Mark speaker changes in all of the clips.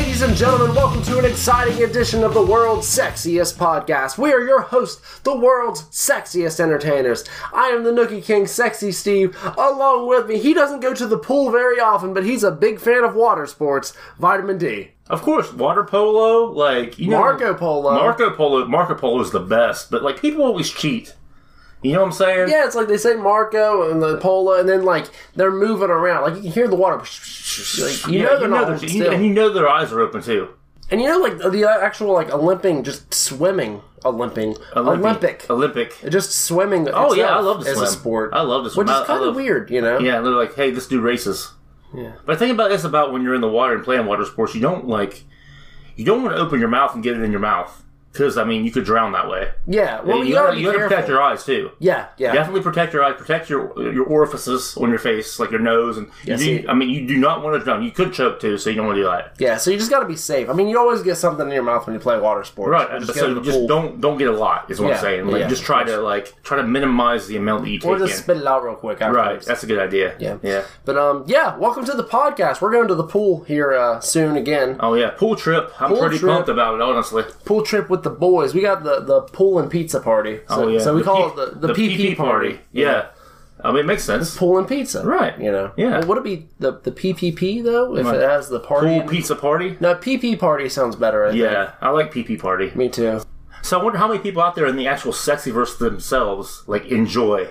Speaker 1: and welcome to an exciting edition of the world's sexiest podcast. We are your hosts, the world's sexiest entertainers. I am the Nookie King, Sexy Steve. Along with me, he doesn't go to the pool very often, but he's a big fan of water sports, Vitamin D.
Speaker 2: Of course, water polo, like you know,
Speaker 1: Marco Polo.
Speaker 2: Marco Polo, Marco Polo is the best, but like people always cheat. You know what I'm saying?
Speaker 1: Yeah, it's like they say Marco and the Polo, and then like they're moving around. Like you can hear the water. Like, you
Speaker 2: Yeah,
Speaker 1: know they're not holding
Speaker 2: you-
Speaker 1: still.
Speaker 2: and you know their eyes are open too.
Speaker 1: And you know, like the actual like Olymping, just swimming, Olymping, Olympic,
Speaker 2: Olympic.
Speaker 1: just swimming.
Speaker 2: Oh yeah,
Speaker 1: itself
Speaker 2: I love to
Speaker 1: as
Speaker 2: swim.
Speaker 1: a sport.
Speaker 2: I love to swim.
Speaker 1: which
Speaker 2: I-
Speaker 1: is
Speaker 2: I
Speaker 1: kind of
Speaker 2: love-
Speaker 1: weird, you know.
Speaker 2: Yeah, they're like, hey, this dude races.
Speaker 1: Yeah.
Speaker 2: But think about this: about when you're in the water and playing water sports, you don't like, you don't want to open your mouth and get it in your mouth because I mean, you could drown that way.
Speaker 1: Yeah, well, you,
Speaker 2: you
Speaker 1: gotta,
Speaker 2: gotta-
Speaker 1: be
Speaker 2: you gotta
Speaker 1: careful.
Speaker 2: protect your eyes too.
Speaker 1: yeah, yeah,
Speaker 2: Definitely protect your eyes. Protect your your orifices on your face, like your nose, and you
Speaker 1: Yeah,
Speaker 2: do-
Speaker 1: see-
Speaker 2: I mean, you do not want to drown. You could choke too, so you don't want to do that.
Speaker 1: yeah. So you just gotta be safe. I mean, you always get something in your mouth when you play water sports. Or
Speaker 2: Right.
Speaker 1: just, go to
Speaker 2: so
Speaker 1: the
Speaker 2: just
Speaker 1: pool.
Speaker 2: don't don't get a lot. Is what
Speaker 1: Yeah,
Speaker 2: I'm saying. Like
Speaker 1: yeah.
Speaker 2: just try to like try to minimize the amount that you
Speaker 1: or
Speaker 2: take
Speaker 1: just
Speaker 2: in.
Speaker 1: spit it out real quick.
Speaker 2: Right.
Speaker 1: Afterwards.
Speaker 2: That's a good idea.
Speaker 1: Yeah.
Speaker 2: Yeah.
Speaker 1: But um, yeah. Welcome to the podcast. We're going to the pool here uh, soon again.
Speaker 2: Oh yeah. Pool trip. I'm
Speaker 1: Pool
Speaker 2: pretty
Speaker 1: trip.
Speaker 2: pumped about it. Honestly.
Speaker 1: Pool trip with the boys. We got the the pool and pizza party. So,
Speaker 2: oh yeah.
Speaker 1: So we
Speaker 2: The
Speaker 1: call
Speaker 2: P-
Speaker 1: it the the, PP, party.
Speaker 2: Yeah. I mean, it makes sense.
Speaker 1: pool and pizza.
Speaker 2: Right.
Speaker 1: You know.
Speaker 2: Yeah.
Speaker 1: Well, would it be the the PPP though if
Speaker 2: Right.
Speaker 1: it has the party?
Speaker 2: Pool
Speaker 1: in-
Speaker 2: pizza party.
Speaker 1: no, PP party sounds better. I Think.
Speaker 2: Yeah, I like PP party.
Speaker 1: Me too.
Speaker 2: So I wonder how many people out there in the actual sexy verse themselves like enjoy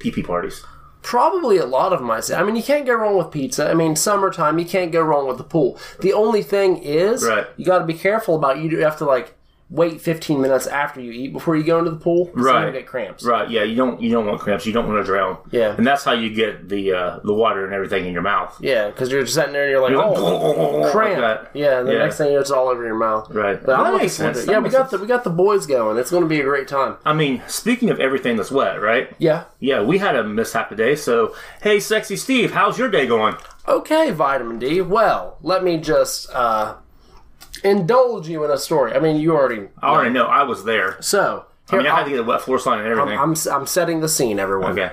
Speaker 2: PP parties.
Speaker 1: Probably a lot of them. I say. I mean, you can't go wrong with pizza. I mean, summertime, you can't go wrong with the pool. The only thing is,
Speaker 2: Right.
Speaker 1: you got to be careful about. You do have to like wait 15 minutes after you eat before you go into the pool. 'cause then
Speaker 2: Right.
Speaker 1: you get cramps.
Speaker 2: Right? Yeah, you don't you don't want cramps. You don't want to drown.
Speaker 1: Yeah.
Speaker 2: and that's how you get the uh, the water and everything in your mouth.
Speaker 1: Yeah, because you're just sitting there and you're like,
Speaker 2: You're like,
Speaker 1: oh.
Speaker 2: like
Speaker 1: Cramp.
Speaker 2: that.
Speaker 1: yeah, the
Speaker 2: Yeah.
Speaker 1: next thing you know, it's all over your mouth.
Speaker 2: Right.
Speaker 1: But
Speaker 2: Well,
Speaker 1: I'm
Speaker 2: that
Speaker 1: looking
Speaker 2: makes
Speaker 1: forward to
Speaker 2: sense.
Speaker 1: it. Yeah,
Speaker 2: That
Speaker 1: we
Speaker 2: makes
Speaker 1: got the
Speaker 2: sense.
Speaker 1: we got the boys going. It's going to be a great time.
Speaker 2: I mean, speaking of everything that's wet, right?
Speaker 1: Yeah.
Speaker 2: Yeah, we had a mishap today. So, hey, sexy Steve, how's your day going?
Speaker 1: Okay, vitamin D. Well, let me just uh, indulge you in a story. I mean, you already.
Speaker 2: I already know I was there.
Speaker 1: So,
Speaker 2: I
Speaker 1: here,
Speaker 2: mean, I had to get a wet floor sign and everything.
Speaker 1: I'm, I'm setting the scene, everyone.
Speaker 2: okay,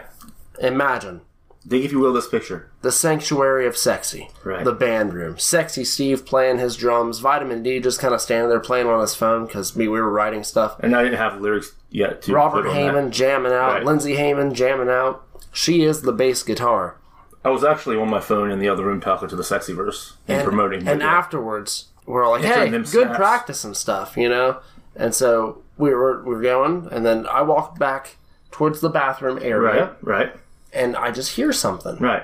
Speaker 1: Imagine
Speaker 2: dig if you will this picture.
Speaker 1: the sanctuary of sexy,
Speaker 2: Right.
Speaker 1: the band room. Sexy Steve playing his drums. Vitamin D just kind of standing there playing on his phone because we, we were writing stuff.
Speaker 2: And I didn't have lyrics yet. To
Speaker 1: Robert
Speaker 2: put on that.
Speaker 1: Heyman jamming out.
Speaker 2: Right.
Speaker 1: Lindsey Heyman jamming out. She is the bass guitar.
Speaker 2: I was actually on my phone in the other room talking to the sexy verse and, promoting.
Speaker 1: And
Speaker 2: it.
Speaker 1: afterwards, we're all like,
Speaker 2: Answering
Speaker 1: "Hey,
Speaker 2: them
Speaker 1: good
Speaker 2: snaps.
Speaker 1: practice and stuff," you know. And so we were we were going, and then I walked back towards the bathroom area,
Speaker 2: right, right,
Speaker 1: and I just hear something,
Speaker 2: right.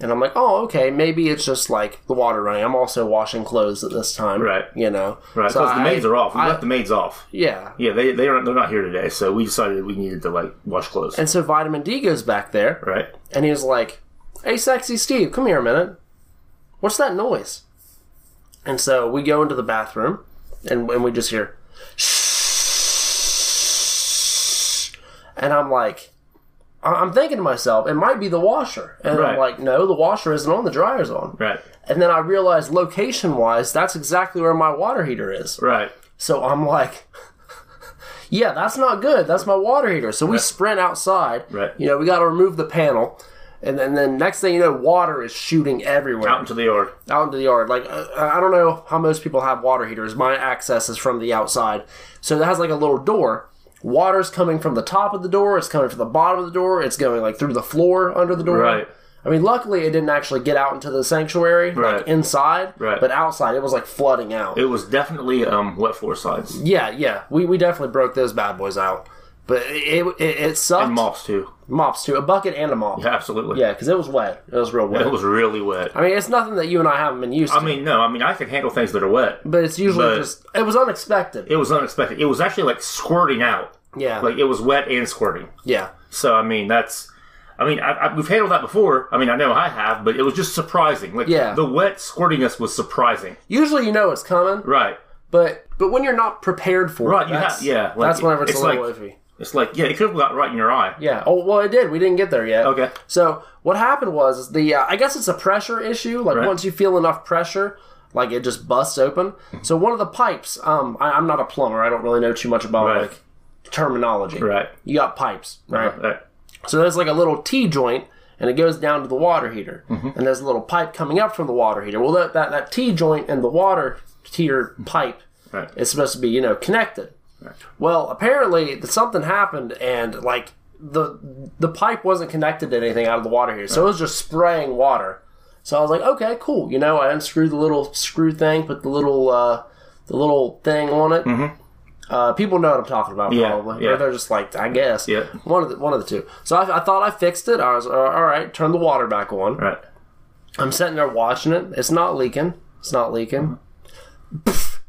Speaker 1: and I'm like, "Oh, okay, maybe it's just like the water running." I'm also washing clothes at this time,
Speaker 2: Right.
Speaker 1: You know,
Speaker 2: Right,
Speaker 1: So
Speaker 2: because the
Speaker 1: I-
Speaker 2: maids are off. We
Speaker 1: I-
Speaker 2: left the maids off.
Speaker 1: yeah.
Speaker 2: Yeah, they they are they're not here today, so we decided we needed to like wash clothes.
Speaker 1: And so Vitamin D goes back there,
Speaker 2: right?
Speaker 1: and he's like, "Hey, sexy Steve, come here a minute. What's that noise?" And so we go into the bathroom, and, and we just hear, and I'm like, I- I'm thinking to myself, it might be the washer, and I'm
Speaker 2: Right.
Speaker 1: like, no, the washer isn't on, the dryer's on.
Speaker 2: Right.
Speaker 1: And then I realized, location wise, that's exactly where my water heater is.
Speaker 2: Right.
Speaker 1: So I'm like, yeah, that's not good. That's my water heater. So we sprint outside.
Speaker 2: Right.
Speaker 1: You know, we got to remove the panel. And then, then next thing you know, water is shooting everywhere
Speaker 2: Out into the yard.
Speaker 1: out into the yard. Like uh, I don't know how most people have water heaters. My access is from the outside, so it has like a little door. Water's coming from the top of the door. It's coming from the bottom of the door. It's going like through the floor under the door.
Speaker 2: Right.
Speaker 1: I mean, luckily it didn't actually get out into the sanctuary, like
Speaker 2: Right.
Speaker 1: inside.
Speaker 2: Right.
Speaker 1: But outside, it was like flooding out.
Speaker 2: It was definitely um, wet floor sides
Speaker 1: yeah, yeah. We, we definitely broke those bad boys out. But it it, it sucked.
Speaker 2: and mops too.
Speaker 1: Mops too, a bucket and a mop. Yeah,
Speaker 2: Absolutely.
Speaker 1: because it was wet. It was real wet.
Speaker 2: It was really wet.
Speaker 1: I mean, it's nothing that you and I haven't been used to.
Speaker 2: I mean, no, I mean I can handle things that are wet.
Speaker 1: but it's usually
Speaker 2: but-
Speaker 1: just it was unexpected.
Speaker 2: It was unexpected. It was actually like squirting out.
Speaker 1: yeah.
Speaker 2: Like it was wet and squirting.
Speaker 1: Yeah.
Speaker 2: So I mean, that's. I mean, I, I, we've handled that before. I mean, I know I have, but it was just surprising. Like
Speaker 1: Yeah.
Speaker 2: the wet squirtiness was surprising.
Speaker 1: Usually you know it's coming,
Speaker 2: Right.
Speaker 1: but but when you're not prepared for
Speaker 2: Right,
Speaker 1: it,
Speaker 2: you
Speaker 1: that's,
Speaker 2: have- yeah, like,
Speaker 1: that's whenever it's,
Speaker 2: it's
Speaker 1: a little
Speaker 2: like-
Speaker 1: iffy.
Speaker 2: It's like yeah, it could have got right in your eye.
Speaker 1: Yeah. Oh well, it did. We didn't get there yet.
Speaker 2: Okay.
Speaker 1: So what happened was is the uh, I guess it's a pressure issue. Like once you feel enough pressure, like it just busts open. So one of the pipes. Um, I, I'm not a plumber. I don't really know too much about
Speaker 2: Right.
Speaker 1: like terminology.
Speaker 2: Right. Uh-huh.
Speaker 1: You got pipes, right?
Speaker 2: Right.
Speaker 1: So there's like a little T joint, and it goes down to the water heater, and there's a little pipe coming up from the water heater. Well, that that, that T joint and the water tier pipe
Speaker 2: Right.
Speaker 1: it's supposed to be you know connected well apparently th- something happened and like the the pipe wasn't connected to anything out of the water here so it was just spraying water so i was like okay cool you know i unscrewed the little screw thing put the little uh the little thing on it uh, people know what i'm talking about
Speaker 2: Mm-hmm. Yeah,
Speaker 1: probably
Speaker 2: yeah.
Speaker 1: or they're just like i guess
Speaker 2: Yeah.
Speaker 1: one of the one of the two so i, I thought i fixed it i was uh, all right turn the water back on
Speaker 2: Right.
Speaker 1: I'm sitting there watching it. It's not leaking. It's not leaking. Pff,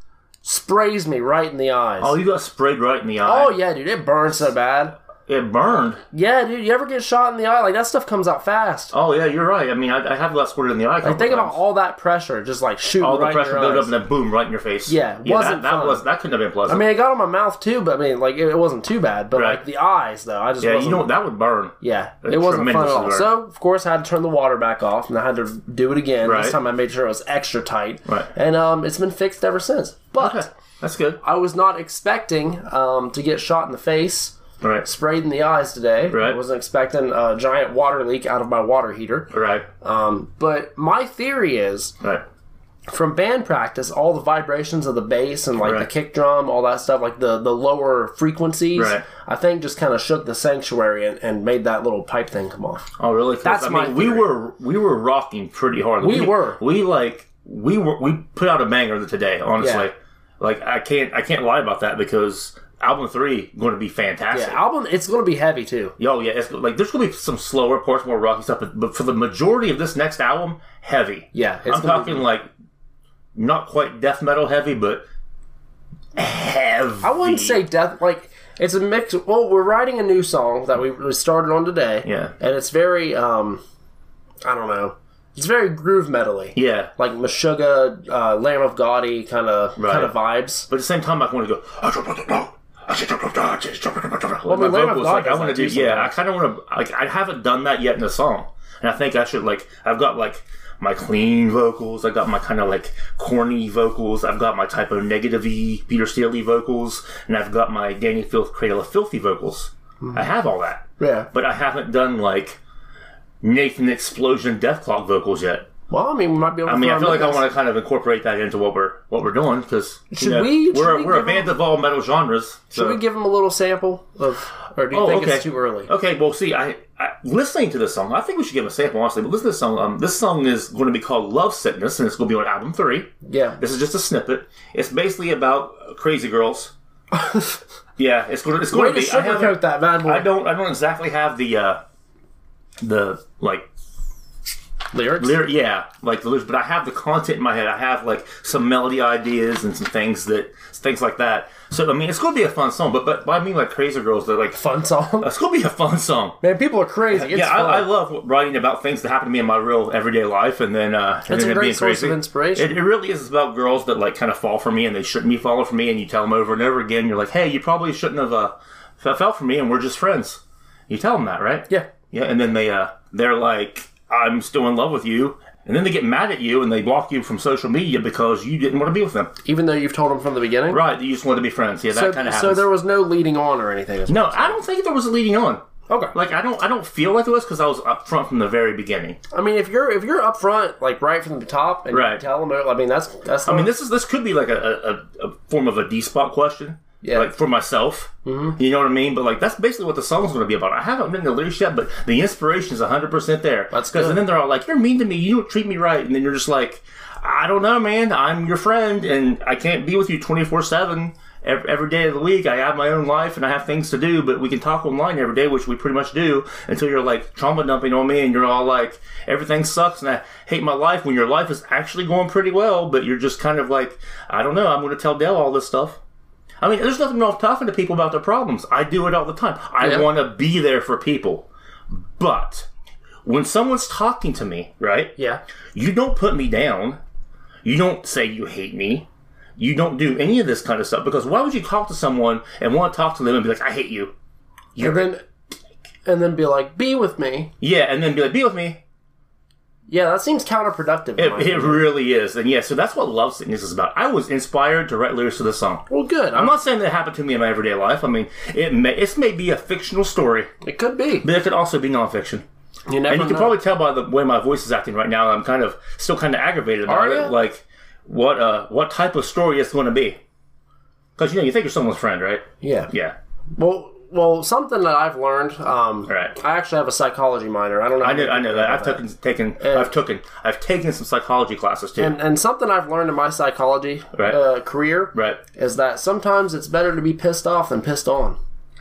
Speaker 1: sprays me right in the eyes.
Speaker 2: Oh,
Speaker 1: Oh,
Speaker 2: you got sprayed right in the eye.
Speaker 1: yeah, dude, it burns so bad.
Speaker 2: It burned.
Speaker 1: Yeah, dude, you ever get shot in the eye? Like that stuff comes out fast.
Speaker 2: Oh yeah, you're right. I mean, I, I have got squirted in the eye. a couple
Speaker 1: Think about
Speaker 2: times.
Speaker 1: all that pressure just like shooting
Speaker 2: all the
Speaker 1: right
Speaker 2: pressure
Speaker 1: in your
Speaker 2: built up
Speaker 1: eyes.
Speaker 2: and then boom, right in your face.
Speaker 1: Yeah, it wasn't
Speaker 2: that, that
Speaker 1: fun.
Speaker 2: was that couldn't have been
Speaker 1: I
Speaker 2: pleasant.
Speaker 1: mean, it got on my mouth too, but I mean, like it, it wasn't too bad. But
Speaker 2: Right.
Speaker 1: like the eyes, though, I just
Speaker 2: yeah, you
Speaker 1: wasn't,
Speaker 2: know that would burn.
Speaker 1: yeah, it wasn't fun at
Speaker 2: tremendous
Speaker 1: all.
Speaker 2: burn.
Speaker 1: So of course, I had to turn the water back off, and I had to do it again.
Speaker 2: Right.
Speaker 1: This time, I made sure it was extra tight,
Speaker 2: Right.
Speaker 1: and um, it's been fixed ever since. But
Speaker 2: Okay, that's good.
Speaker 1: I was not expecting um, to get shot in the face,
Speaker 2: All right,
Speaker 1: sprayed in the eyes today.
Speaker 2: Right.
Speaker 1: I wasn't expecting a giant water leak out of my water heater.
Speaker 2: all right,
Speaker 1: Um, but my theory is
Speaker 2: all right.
Speaker 1: from band practice, all the vibrations of the bass and like the
Speaker 2: Right.
Speaker 1: kick drum, all that stuff, like the, the lower frequencies,
Speaker 2: Right.
Speaker 1: I think just kind of shook the sanctuary and, and made that little pipe thing come off.
Speaker 2: Oh, really? 'Cause,
Speaker 1: That's
Speaker 2: I mean,
Speaker 1: my
Speaker 2: we
Speaker 1: theory.
Speaker 2: were we were rocking pretty hard.
Speaker 1: We were.
Speaker 2: We like we were we put out a banger today. Honestly,
Speaker 1: Yeah.
Speaker 2: like I can't I can't lie about that because album three going to be fantastic.
Speaker 1: Yeah, album, it's going to be heavy too.
Speaker 2: Yo, yeah, it's like there's gonna be some slower parts, more rocky stuff, but, but for the majority of this next album, heavy.
Speaker 1: Yeah, it's
Speaker 2: I'm
Speaker 1: gonna
Speaker 2: talking like not quite death metal heavy, but heavy.
Speaker 1: I wouldn't say death. Like it's a mix. Well, we're writing a new song that we we started on today.
Speaker 2: Yeah.
Speaker 1: and it's very um, I don't know. It's very groove metally.
Speaker 2: yeah,
Speaker 1: Like Meshuggah, uh, Lamb of Gaudy kind of
Speaker 2: Right.
Speaker 1: kind of vibes.
Speaker 2: but at the same time, I want to go. Well,
Speaker 1: mean, Lamb of God
Speaker 2: like I
Speaker 1: does
Speaker 2: want
Speaker 1: that
Speaker 2: to
Speaker 1: too
Speaker 2: do. Yeah, I
Speaker 1: sometimes.
Speaker 2: kind of want to. Like I haven't done that yet in a song, and I think I should. Like I've got like my clean vocals. I got my kind of like corny vocals. I've got my type of negative y Peter Steele vocals, and I've got my Danny Filth Cradle of Filthy vocals. I have all that,
Speaker 1: Yeah.
Speaker 2: but I haven't done like Nathan Explosion Death Clock vocals yet.
Speaker 1: Well, I mean, we might be able. To
Speaker 2: I mean, I
Speaker 1: throw
Speaker 2: feel like
Speaker 1: them
Speaker 2: I
Speaker 1: in
Speaker 2: want to kind of incorporate that into what we're what we're doing because
Speaker 1: Should we- should
Speaker 2: we're
Speaker 1: we
Speaker 2: we're a
Speaker 1: give
Speaker 2: band of all metal genres.
Speaker 1: this.
Speaker 2: So.
Speaker 1: Should we give them a little sample of, or do you
Speaker 2: Oh,
Speaker 1: think
Speaker 2: okay.
Speaker 1: it's too early?
Speaker 2: Okay, well, see, I, I listening to this song, I think we should give a sample, honestly. But listen to this song. Um, this song is going to be called Love Sickness, and it's going to be on album three.
Speaker 1: Yeah.
Speaker 2: This is just a snippet. It's basically about crazy girls. yeah, it's going to it's
Speaker 1: Way
Speaker 2: going
Speaker 1: to
Speaker 2: to be. I, haven't-
Speaker 1: sugarcoat that bad boy
Speaker 2: I don't I don't exactly have the uh, the like
Speaker 1: lyrics.
Speaker 2: lyric, yeah, like the lyrics. But I have the content in my head. I have like some melody ideas and some things that things like that. So I mean, it's going to be a fun song. But but I mean, like crazy girls, they're like.
Speaker 1: Fun song.
Speaker 2: It's gonna be a fun song.
Speaker 1: Man, people are crazy. It's
Speaker 2: yeah,
Speaker 1: fun.
Speaker 2: I, I love writing about things that happen to me in my real everyday life, and then uh, and
Speaker 1: That's
Speaker 2: then
Speaker 1: a
Speaker 2: it
Speaker 1: great
Speaker 2: being
Speaker 1: source
Speaker 2: crazy.
Speaker 1: of inspiration.
Speaker 2: It, it really is about girls that like kind of fall for me, and they shouldn't be falling for me, and you tell them over and over again, you're like, hey, you probably shouldn't have uh, f- fell for me, and we're just friends. You tell them that, right?
Speaker 1: yeah.
Speaker 2: yeah, and then they uh, they're like, I'm still in love with you, and then they get mad at you and they block you from social media because you didn't want to be with them.
Speaker 1: Even though you've told them from the beginning.
Speaker 2: Right? You just wanted to be friends. Yeah, that
Speaker 1: So,
Speaker 2: kind of
Speaker 1: so
Speaker 2: happens.
Speaker 1: there was no leading on or anything.
Speaker 2: no, I don't think there was a leading on.
Speaker 1: Okay.
Speaker 2: Like I don't I don't feel like it was because I was up front from the very beginning.
Speaker 1: I mean, if you're if you're up front, like right from the top, and
Speaker 2: Right.
Speaker 1: you tell them, I mean, that's that's.
Speaker 2: I mean, this is this could be like a, a, a form of a D spot question.
Speaker 1: Yeah.
Speaker 2: Like for myself, mm-hmm. you know what I mean. But like that's basically what the song's going to be about. I haven't written the lyrics yet, but the inspiration is hundred percent there.
Speaker 1: That's
Speaker 2: because
Speaker 1: good.
Speaker 2: then they're all like, "You're mean to me. You don't treat me right," and then you're just like, "I don't know, man. I'm your friend, and I can't be with you twenty four seven every day of the week. I have my own life, and I have things to do. But we can talk online every day, which we pretty much do until you're like trauma dumping on me, and you're all like, "Everything sucks, and I hate my life." When your life is actually going pretty well, but you're just kind of like, "I don't know. I'm going to tell Dell all this stuff." I mean, there's nothing wrong with talking to people about their problems. I do it all the time. I
Speaker 1: Yeah.
Speaker 2: want to be there for people. But when someone's talking to me, right,
Speaker 1: yeah,
Speaker 2: you don't put me down. You don't say you hate me. You don't do any of this kind of stuff because why would you talk to someone and want to talk to them and be like, I hate you?
Speaker 1: and then and then be like, be with me.
Speaker 2: Yeah, and then be like, be with me.
Speaker 1: Yeah, that seems counterproductive. in my
Speaker 2: It, it
Speaker 1: opinion.
Speaker 2: really is. And yeah, so that's what Love Sickness is about. I was inspired to write lyrics to this song.
Speaker 1: well, good.
Speaker 2: I'm not saying that happened to me in my everyday life. I mean, it may, this may be a fictional story,
Speaker 1: it could be.
Speaker 2: but it could also be nonfiction.
Speaker 1: You never.
Speaker 2: And you can
Speaker 1: know.
Speaker 2: probably tell by the way my voice is acting right now. I'm kind of still kind of aggravated about
Speaker 1: Are
Speaker 2: it.
Speaker 1: ya?
Speaker 2: Like what uh what type of story it's going to be. Because you know you think you're someone's friend, right?
Speaker 1: Yeah.
Speaker 2: Yeah.
Speaker 1: Well, well, something that I've learned. Um,
Speaker 2: Right.
Speaker 1: I actually have a psychology minor. I don't know.
Speaker 2: I know, I know that. I've taken, taken, I've taken, I've taken some psychology classes too.
Speaker 1: And, and something I've learned in my psychology
Speaker 2: Right.
Speaker 1: uh, career
Speaker 2: right?
Speaker 1: is that sometimes it's better to be pissed off than pissed on.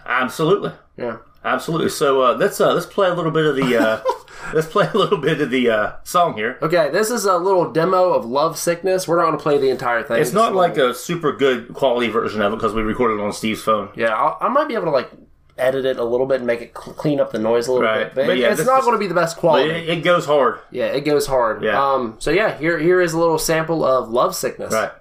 Speaker 2: Absolutely,
Speaker 1: Yeah.
Speaker 2: absolutely. So uh, let's uh, let's play a little bit of the uh, let's play a little bit of the uh, song here.
Speaker 1: Okay, this is a little demo of Love Sickness. We're not going to play the entire thing.
Speaker 2: It's not like a super good quality version of it because we recorded it on Steve's phone.
Speaker 1: Yeah, I'll, I might be able to like edit it a little bit and make it cl- clean up the noise a little
Speaker 2: Right,
Speaker 1: bit, but,
Speaker 2: but
Speaker 1: it-
Speaker 2: yeah,
Speaker 1: it's
Speaker 2: this
Speaker 1: not
Speaker 2: is-
Speaker 1: going to be the best quality.
Speaker 2: It, it goes hard,
Speaker 1: yeah, it goes hard.
Speaker 2: Yeah.
Speaker 1: Um. So yeah, here here is a little sample of Love Sickness.
Speaker 2: right?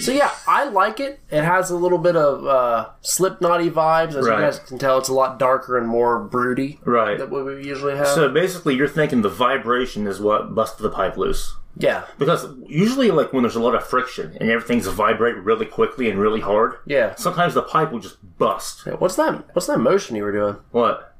Speaker 1: So yeah, I like it. It has a little bit of uh, Slipknotty vibes, as
Speaker 2: Right.
Speaker 1: you guys can tell. It's a lot darker and more broody
Speaker 2: Right.
Speaker 1: than what we usually have.
Speaker 2: So basically, you're thinking the vibration is what busted the pipe loose.
Speaker 1: yeah,
Speaker 2: Because usually, like when there's a lot of friction and everything's vibrate really quickly and really hard,
Speaker 1: yeah.
Speaker 2: sometimes the pipe will just bust.
Speaker 1: What's that? What's that motion you were doing?
Speaker 2: What?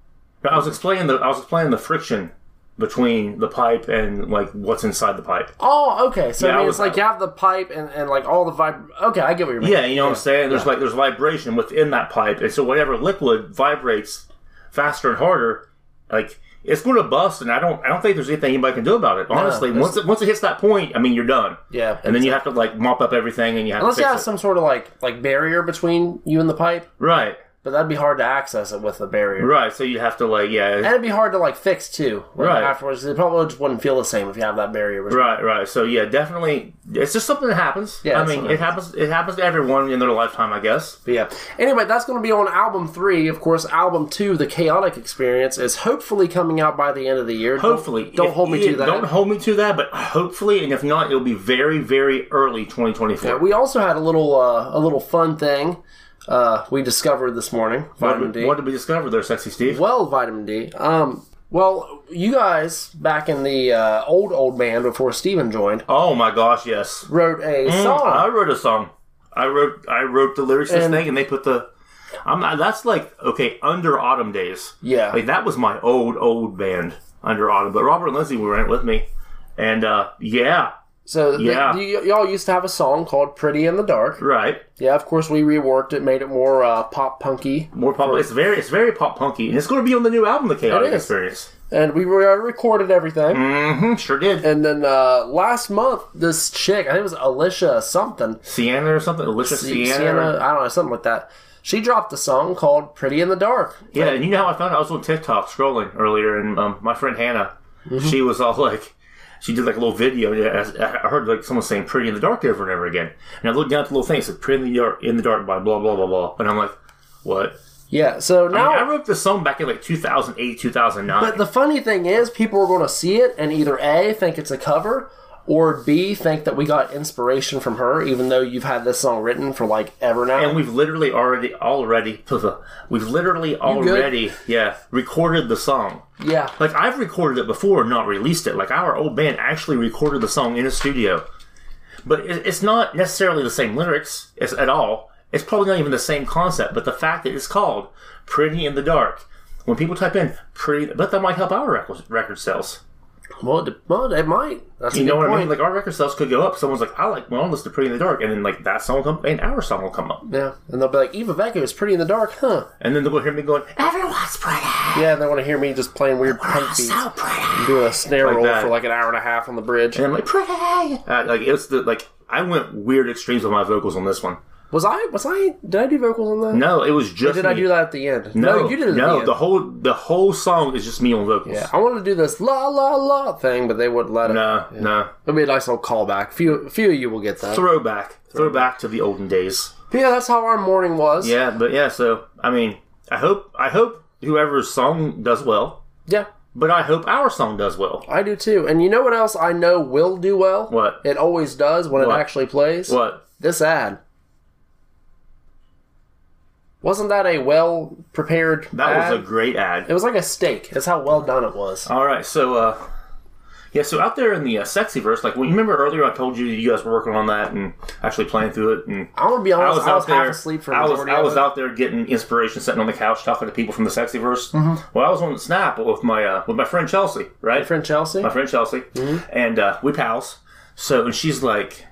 Speaker 2: No, I was explaining the I was explaining the friction between the pipe and like what's inside the pipe.
Speaker 1: Oh, okay. So
Speaker 2: Yeah,
Speaker 1: I
Speaker 2: I
Speaker 1: mean,
Speaker 2: was-
Speaker 1: it's like you have the pipe and, and like all the vibe. Okay, I get what you're meaning.
Speaker 2: Yeah, you know what I'm saying. There's like there's vibration within that pipe, and so whatever liquid vibrates faster and harder, like it's going to bust. And I don't I don't think there's anything anybody can do about it. Honestly,
Speaker 1: there's-
Speaker 2: once it, once it hits that point, I mean you're done.
Speaker 1: Yeah.
Speaker 2: and then you have to like mop up everything and you have
Speaker 1: Unless
Speaker 2: to
Speaker 1: you
Speaker 2: fix
Speaker 1: have
Speaker 2: it.
Speaker 1: some sort of like like barrier between you and the pipe,
Speaker 2: right,
Speaker 1: but that'd be hard to access it with a barrier.
Speaker 2: right. So you have to like yeah.
Speaker 1: And it'd be hard to like fix too. like,
Speaker 2: Right.
Speaker 1: Afterwards, it probably just wouldn't feel the same if you have that barrier. between-
Speaker 2: Right, right. So yeah, definitely, it's just something that happens.
Speaker 1: Yeah,
Speaker 2: I mean,
Speaker 1: something
Speaker 2: it happens. It happens to everyone in their lifetime, I guess.
Speaker 1: But yeah. Anyway, that's going to be on album three. Of course, album two, The Chaotic Experience, is hopefully coming out by the end of the year. Don't-
Speaker 2: Hopefully,
Speaker 1: Don't,
Speaker 2: If-
Speaker 1: hold me to
Speaker 2: yeah,
Speaker 1: that.
Speaker 2: Don't hold me to that, but hopefully, and if not, it'll be very, very early 2024.
Speaker 1: we also had a little uh, a little fun thing uh, we discovered this morning.
Speaker 2: what,
Speaker 1: Vitamin D.
Speaker 2: did we, what did we discover there, sexy Steve?
Speaker 1: well vitamin d um well you guys back in the uh, old old band before steven joined
Speaker 2: Oh my gosh, yes.
Speaker 1: wrote a
Speaker 2: Oh, I
Speaker 1: song
Speaker 2: wrote a song. I wrote I wrote the lyrics to this
Speaker 1: And-
Speaker 2: thing, and they put the. I'm not, that's like okay under Autumn Days.
Speaker 1: Yeah.
Speaker 2: like that was my old old band under Autumn. But Robert and Lindsay were in it with me, and uh yeah,
Speaker 1: so the-
Speaker 2: Yeah.
Speaker 1: y- y'all used to have a song called pretty in the dark
Speaker 2: right.
Speaker 1: yeah of course we reworked it made it more uh, pop punky
Speaker 2: More pop. It's very, it's very pop punky, and it's going to be on the new album, The Chaotic
Speaker 1: It is.
Speaker 2: Experience.
Speaker 1: and we re- recorded everything
Speaker 2: Mm-hmm. Sure did.
Speaker 1: and then uh, last month this chick i think it was alicia something
Speaker 2: Sienna or something. Alicia Sienna.
Speaker 1: Sienna, i don't know something like that she dropped a song called pretty in the dark
Speaker 2: Yeah, and you know how I found out? I was on TikTok scrolling earlier, and um, my friend Hannah,
Speaker 1: Mm-hmm.
Speaker 2: she was all like, she did like a little video. and I I heard like someone saying "Pretty in the Dark" over and over again, and I looked down at the little thing. It said "Pretty in the Dark" in the dark by blah blah blah blah, and I'm like, what?
Speaker 1: yeah so now
Speaker 2: I wrote this song back in like 2008, 2009.
Speaker 1: Oh. But the funny thing is, people are going to see it and either A, think it's a cover, or B, think that we got inspiration from her, even though you've had this song written for like ever now.
Speaker 2: and we've literally already already we've literally already yeah recorded the song.
Speaker 1: yeah.
Speaker 2: Like I've recorded it before and not released it. Like our old band actually recorded the song in a studio, but it, it's not necessarily the same lyrics as, at all. It's probably not even the same concept. But the fact that it's called "Pretty in the Dark," when people type in "Pretty," but that might help our record, record sales.
Speaker 1: Well, it, well, it might. That's a
Speaker 2: You know
Speaker 1: good
Speaker 2: what I mean?
Speaker 1: point.
Speaker 2: Like our record sales could go up. Someone's like, I like my own list of Pretty in the Dark, and then like that song will come, and our song will come up,
Speaker 1: yeah, and they'll be like, Eva Vega is pretty in the dark, huh?
Speaker 2: and then they'll hear me going, "Everyone's pretty,
Speaker 1: Yeah, and they want to hear me just playing weird punk beats,
Speaker 2: so pretty,"
Speaker 1: doing a snare
Speaker 2: Like
Speaker 1: roll
Speaker 2: that.
Speaker 1: for like an hour and a half on the bridge.
Speaker 2: and I'm like, "Pretty." Uh, like it's the like I went weird extremes with my vocals on this one.
Speaker 1: Was I? Was I? Did I do vocals on that?
Speaker 2: No, it was just.
Speaker 1: Or did I
Speaker 2: me.
Speaker 1: do that at the end?
Speaker 2: No,
Speaker 1: you did it. At
Speaker 2: no,
Speaker 1: the, end.
Speaker 2: whole the whole song is just me on vocals.
Speaker 1: Yeah, I wanted to do this la la la thing, but they wouldn't let it.
Speaker 2: No, no.
Speaker 1: It'll be a nice little callback. Few, few of you will get that.
Speaker 2: Throwback. Throwback to the olden days.
Speaker 1: But yeah, that's how our morning was.
Speaker 2: Yeah, but yeah, so I mean, I hope I hope whoever's song does well,
Speaker 1: yeah,
Speaker 2: but I hope our song does well.
Speaker 1: I do too. And you know what else I know will do well?
Speaker 2: What?
Speaker 1: It always does when
Speaker 2: What?
Speaker 1: it actually plays.
Speaker 2: What?
Speaker 1: This ad. Wasn't that a well prepared?
Speaker 2: That
Speaker 1: ad?
Speaker 2: was a great ad.
Speaker 1: It was like a steak. That's how well done it was.
Speaker 2: All right, so uh yeah, so out there in the uh, sexy verse, like when you remember earlier, I told you you guys were working on that and actually playing through it, and
Speaker 1: I'm gonna be
Speaker 2: I
Speaker 1: honest. I
Speaker 2: was
Speaker 1: was,
Speaker 2: out there.
Speaker 1: half asleep for a
Speaker 2: I was
Speaker 1: majority
Speaker 2: I
Speaker 1: of
Speaker 2: was
Speaker 1: it.
Speaker 2: out there getting inspiration, sitting on the couch talking to people from the sexy verse. Well, I was on Snap with my uh, with my friend Chelsea, right?
Speaker 1: Mm-hmm. Friend Mm-hmm. Chelsea.
Speaker 2: my friend Chelsea, and uh, we pals. So and she's like,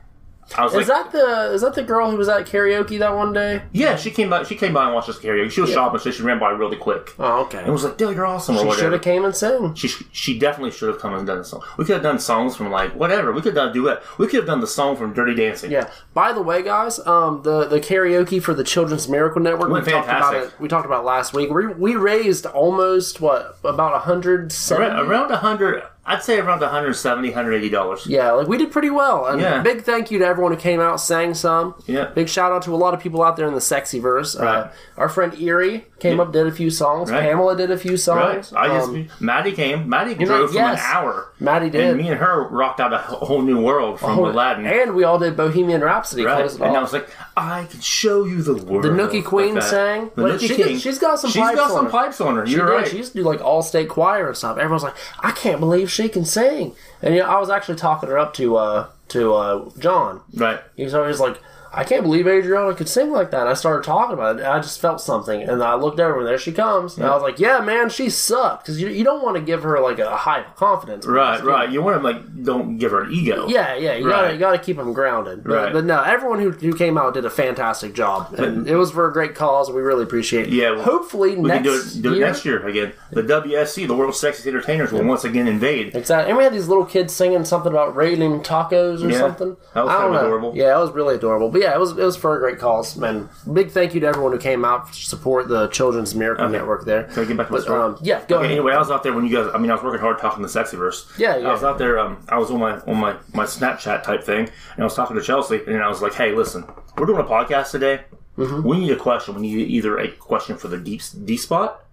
Speaker 2: I was like,
Speaker 1: Is that the is that the girl who was at karaoke that one day?
Speaker 2: yeah, she came by. She came by and watched us karaoke. She was shopping, so she ran by really quick.
Speaker 1: Oh, okay.
Speaker 2: and was like, dude, you're awesome. Or
Speaker 1: She should
Speaker 2: whatever.
Speaker 1: have came and sang.
Speaker 2: She she definitely should have come and done a song. We could have done songs from like whatever. We could have done duet. We could have done the song from Dirty Dancing.
Speaker 1: Yeah. By the way, guys, um, the the karaoke for the Children's Miracle Network
Speaker 2: Went
Speaker 1: we talked about
Speaker 2: fantastic.
Speaker 1: it. We talked about it last week. We, we raised almost what about a hundred
Speaker 2: Ar-
Speaker 1: seven.
Speaker 2: around a hundred. I'd say around 170 180 dollars.
Speaker 1: Yeah, like we did pretty well. And
Speaker 2: Yeah.
Speaker 1: big thank you to everyone who came out, sang some.
Speaker 2: Yeah.
Speaker 1: Big shout out to a lot of people out there in the sexy verse.
Speaker 2: Right.
Speaker 1: Uh, our friend Erie came up, did a few songs.
Speaker 2: Right.
Speaker 1: Pamela did a few
Speaker 2: Right.
Speaker 1: songs.
Speaker 2: I just
Speaker 1: Um,
Speaker 2: Maddie came. Maddie drove
Speaker 1: like,
Speaker 2: from
Speaker 1: yes.
Speaker 2: an hour.
Speaker 1: Maddie
Speaker 2: And
Speaker 1: did. Oh,
Speaker 2: me and her rocked out a wh- whole new world from Aladdin.
Speaker 1: And we all did Bohemian Rhapsody.
Speaker 2: Right.
Speaker 1: close it
Speaker 2: And I
Speaker 1: off.
Speaker 2: was like, I can show you the world.
Speaker 1: The Nookie Queen
Speaker 2: Like that.
Speaker 1: sang.
Speaker 2: The
Speaker 1: Like,
Speaker 2: Nookie
Speaker 1: she-
Speaker 2: King.
Speaker 1: she's got some
Speaker 2: She's
Speaker 1: pipes
Speaker 2: got
Speaker 1: on
Speaker 2: some
Speaker 1: her.
Speaker 2: pipes on her. You're
Speaker 1: Yeah,
Speaker 2: right.
Speaker 1: She used to do like all state choir and stuff. Everyone's like, I can't believe she can sing. And you know, I was actually talking her up to uh to uh John.
Speaker 2: right.
Speaker 1: He was always like, I can't believe Adriana could sing like that. And I started talking about it. And I just felt something, and I looked over, and there she comes. And I was like, Yeah, man, she sucked because you, you don't want to give her like a high confidence.
Speaker 2: Right. Right. You want to like don't give her an ego.
Speaker 1: Yeah, yeah, you
Speaker 2: Right.
Speaker 1: gotta you gotta keep them grounded. But,
Speaker 2: Right.
Speaker 1: but no, everyone who, who came out did a fantastic job, and it was for a great cause. We really appreciate. it.
Speaker 2: Yeah, well,
Speaker 1: hopefully
Speaker 2: We
Speaker 1: next
Speaker 2: can do it, do it
Speaker 1: year.
Speaker 2: next year again. The WSC, the World's Sexiest Entertainers, will once again invade.
Speaker 1: Exactly. And we had these little kids singing something about railing tacos or
Speaker 2: Yeah.
Speaker 1: something.
Speaker 2: That
Speaker 1: I
Speaker 2: was kind
Speaker 1: don't
Speaker 2: of
Speaker 1: know.
Speaker 2: adorable.
Speaker 1: Yeah, it was really adorable. But yeah, it was it was for a great cause, man. Big thank you to everyone who came out to support the Children's Miracle Network there.
Speaker 2: Can I get back to my
Speaker 1: but,
Speaker 2: story?
Speaker 1: um, yeah, go
Speaker 2: Okay,
Speaker 1: ahead.
Speaker 2: anyway, I was out there when you guys. I mean, I was working hard talking the sexy verse.
Speaker 1: Yeah,
Speaker 2: I was
Speaker 1: yeah.
Speaker 2: out there. Um, I was on my on my my Snapchat type thing, and I was talking to Chelsea, and I was like, "Hey, listen, we're doing a podcast today.
Speaker 1: Mm-hmm.
Speaker 2: We need a question. We need either a question for the deep D spot,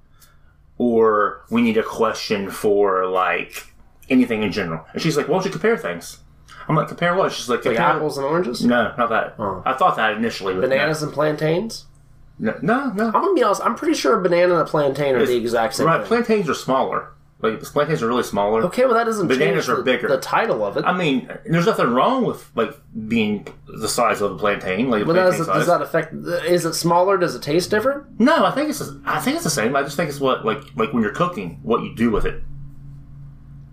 Speaker 2: or we need a question for like anything in general." And she's like, "Why don't you compare things?" I'm like, "Compare what?" She's like, "Compare."
Speaker 1: Apples Oh. and oranges?
Speaker 2: no, not that. I thought that initially. But no.
Speaker 1: Bananas and plantains?
Speaker 2: No, no. no.
Speaker 1: I'm gonna be honest, I'm pretty sure a banana and a plantain are the
Speaker 2: It's-
Speaker 1: exact same
Speaker 2: Right,
Speaker 1: thing.
Speaker 2: plantains are smaller. Like plantains are really smaller.
Speaker 1: okay, well that doesn't
Speaker 2: Bananas
Speaker 1: change
Speaker 2: are
Speaker 1: the,
Speaker 2: bigger.
Speaker 1: the title of it.
Speaker 2: I mean, there's nothing wrong with like being the size of a plantain, like a
Speaker 1: but that
Speaker 2: plantain
Speaker 1: does,
Speaker 2: size.
Speaker 1: does that affect? Is it smaller? Does it taste different?
Speaker 2: no, I think it's I think it's the same. I just think it's what like like when you're cooking, what you do with it,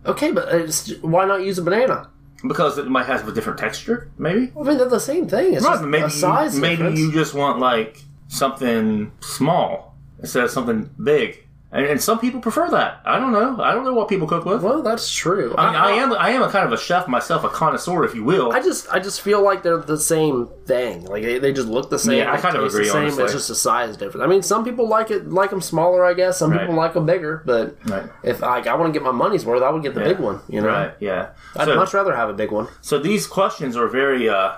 Speaker 1: Okay, but it's, why not use a banana?
Speaker 2: because it might have a different texture, maybe.
Speaker 1: I mean, they're the same thing. It's
Speaker 2: Right,
Speaker 1: just
Speaker 2: but maybe
Speaker 1: a size
Speaker 2: you, maybe
Speaker 1: difference.
Speaker 2: you just want like something small instead of something big, and, and some people prefer that. I don't know. I don't know what people cook with.
Speaker 1: Well, that's true.
Speaker 2: I, mean, I am I am a kind of a chef myself, a connoisseur, if you will.
Speaker 1: I just, I just feel like they're the same thing. Like they, they just look the same.
Speaker 2: Yeah, I
Speaker 1: they
Speaker 2: kind of
Speaker 1: taste
Speaker 2: agree,
Speaker 1: The same.
Speaker 2: honestly.
Speaker 1: It's just a size difference. I mean, some people like it, like them smaller. I guess some people like them bigger. But
Speaker 2: Right.
Speaker 1: if like I want to get my money's worth, I would get the big one. You know,
Speaker 2: right? Yeah.
Speaker 1: I'd
Speaker 2: So-
Speaker 1: much rather have a big one.
Speaker 2: So these questions are very uh,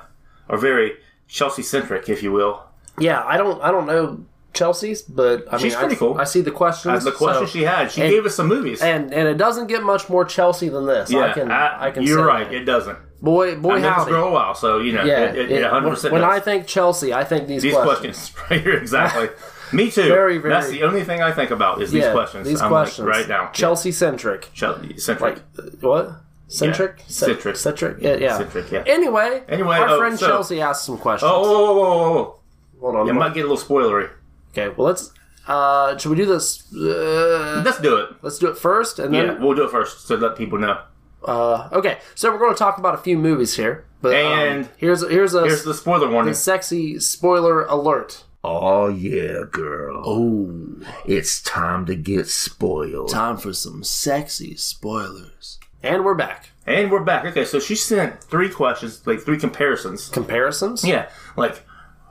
Speaker 2: are very Chelsea centric, if you will.
Speaker 1: Yeah, I don't, I don't know Chelsea's, but I
Speaker 2: She's
Speaker 1: mean,
Speaker 2: pretty
Speaker 1: I,
Speaker 2: cool.
Speaker 1: I see the questions.
Speaker 2: That's the question
Speaker 1: so-
Speaker 2: she had. She
Speaker 1: and-
Speaker 2: gave us some movies.
Speaker 1: and and it doesn't get much more Chelsea than this.
Speaker 2: yeah, uh,
Speaker 1: I can, I, can.
Speaker 2: You're
Speaker 1: say
Speaker 2: right.
Speaker 1: that.
Speaker 2: It doesn't.
Speaker 1: Boy, boy,
Speaker 2: I know this
Speaker 1: howdy.
Speaker 2: girl a while, so you know.
Speaker 1: Yeah,
Speaker 2: it, it,
Speaker 1: it-
Speaker 2: it 100%
Speaker 1: when
Speaker 2: does.
Speaker 1: I think Chelsea, I think these,
Speaker 2: these
Speaker 1: questions.
Speaker 2: questions, right here, exactly. Me too.
Speaker 1: Very, very-
Speaker 2: That's the only thing I think about is these
Speaker 1: Yeah,
Speaker 2: questions.
Speaker 1: These
Speaker 2: I'm like,
Speaker 1: questions.
Speaker 2: right now.
Speaker 1: Chelsea centric.
Speaker 2: Chelsea centric.
Speaker 1: Like uh, what? Centric?
Speaker 2: Centric.
Speaker 1: Centric. Yeah. yeah.
Speaker 2: Centric, yeah.
Speaker 1: Anyway.
Speaker 2: Anyway,
Speaker 1: Our
Speaker 2: oh,
Speaker 1: friend
Speaker 2: so-
Speaker 1: Chelsea asked some questions.
Speaker 2: oh, whoa, whoa, whoa, whoa, whoa.
Speaker 1: hold on.
Speaker 2: It
Speaker 1: hold on.
Speaker 2: might get a little spoilery.
Speaker 1: Okay. Well, let's. Uh, should we do this? Uh,
Speaker 2: Let's do it.
Speaker 1: let's do it first, and then
Speaker 2: Yeah, we'll do it first to let people know.
Speaker 1: Uh, okay, so we're going to talk about a few movies here, but um,
Speaker 2: And-
Speaker 1: here's here's a
Speaker 2: Here's the spoiler warning.
Speaker 1: sexy spoiler alert.
Speaker 3: Oh yeah, girl.
Speaker 1: Oh,
Speaker 3: It's time to get spoiled.
Speaker 1: time for some sexy spoilers. And we're back.
Speaker 2: And we're back. Okay, so she sent three questions, like three comparisons.
Speaker 1: Comparisons.
Speaker 2: Yeah, like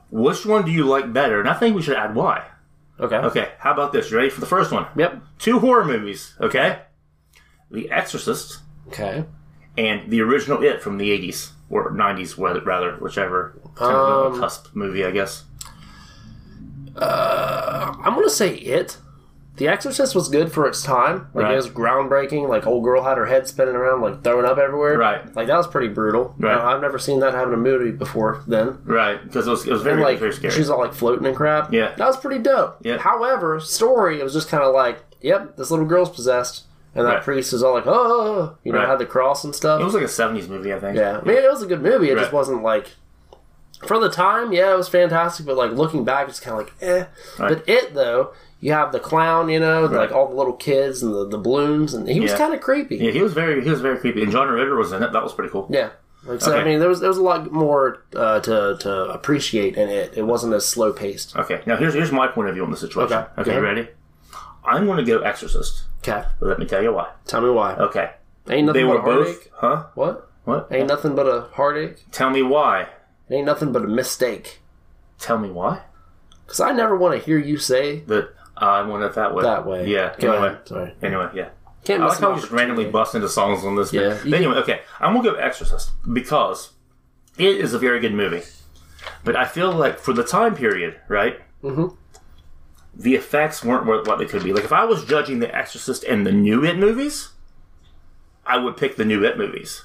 Speaker 2: which one do you like better? And I think we should add why.
Speaker 1: Okay.
Speaker 2: Okay, how about this? You ready for the first one?
Speaker 1: Yep.
Speaker 2: Two horror movies. Okay, The Exorcist
Speaker 1: Okay.
Speaker 2: and the original It from the '80s or '90s, whether- rather, whichever kind of
Speaker 1: Um,
Speaker 2: cusp movie, I guess.
Speaker 1: I'm gonna say it. The Exorcist was good for its time. Like
Speaker 2: Right.
Speaker 1: it was groundbreaking. Like old girl had her head spinning around, like throwing up everywhere.
Speaker 2: Right.
Speaker 1: Like that was pretty brutal.
Speaker 2: Right.
Speaker 1: Uh, I've never seen that happen in a movie before then.
Speaker 2: Right, because it was, it was very,
Speaker 1: And like
Speaker 2: very scary.
Speaker 1: she's all like floating and crap.
Speaker 2: Yeah.
Speaker 1: That was pretty dope.
Speaker 2: Yeah.
Speaker 1: However, story it was just kind of like, yep, this little girl's possessed, and that
Speaker 2: Right.
Speaker 1: priest is all like, oh, you know,
Speaker 2: Right.
Speaker 1: had the cross and stuff.
Speaker 2: It was like a '70s movie, I think.
Speaker 1: Yeah, I mean, it was a good movie. It just
Speaker 2: Right.
Speaker 1: wasn't like for the time. Yeah, it was fantastic, but like looking back, it's kind of like eh.
Speaker 2: Right.
Speaker 1: But it though, you have the clown, you know, like all the little kids and the, the balloons, and he was
Speaker 2: Yeah.
Speaker 1: kind of creepy.
Speaker 2: Yeah,
Speaker 1: Yeah,
Speaker 2: he was very, he was very creepy, and John Ritter was in it. That was pretty cool.
Speaker 1: Like, so I
Speaker 2: Okay.
Speaker 1: mean, there was there was a lot more uh, to to appreciate in it. It wasn't as slow paced.
Speaker 2: Okay, now here's here's my point of view on the situation.
Speaker 1: Okay,
Speaker 2: Okay,
Speaker 1: go ahead.
Speaker 2: ready? I'm going to go Exorcist.
Speaker 1: Okay,
Speaker 2: Let me tell you why.
Speaker 1: tell me why.
Speaker 2: Okay,
Speaker 1: Ain't nothing
Speaker 2: Uh, they
Speaker 1: but
Speaker 2: were
Speaker 1: a heartache.
Speaker 2: both, huh?
Speaker 1: What?
Speaker 2: What?
Speaker 1: Ain't nothing but a heartache.
Speaker 2: Tell me why.
Speaker 1: It ain't nothing but a mistake.
Speaker 2: Tell me why.
Speaker 1: Cause I never want to hear you say
Speaker 2: That I went it that way.
Speaker 1: that way.
Speaker 2: Yeah.
Speaker 1: Go
Speaker 2: anyway.
Speaker 1: ahead. Sorry.
Speaker 2: Anyway, yeah.
Speaker 1: Can't
Speaker 2: I
Speaker 1: miss
Speaker 2: like
Speaker 1: an
Speaker 2: how we just randomly
Speaker 1: opportunity.
Speaker 2: bust into songs on this.
Speaker 1: Yeah.
Speaker 2: Yeah. anyway, okay, I'm gonna go Exorcist because it is a very good movie, but I feel like for the time period, right?
Speaker 1: Mhm.
Speaker 2: The effects weren't what what they could be. Like if I was judging The Exorcist and the new It movies, I would pick the new It movies.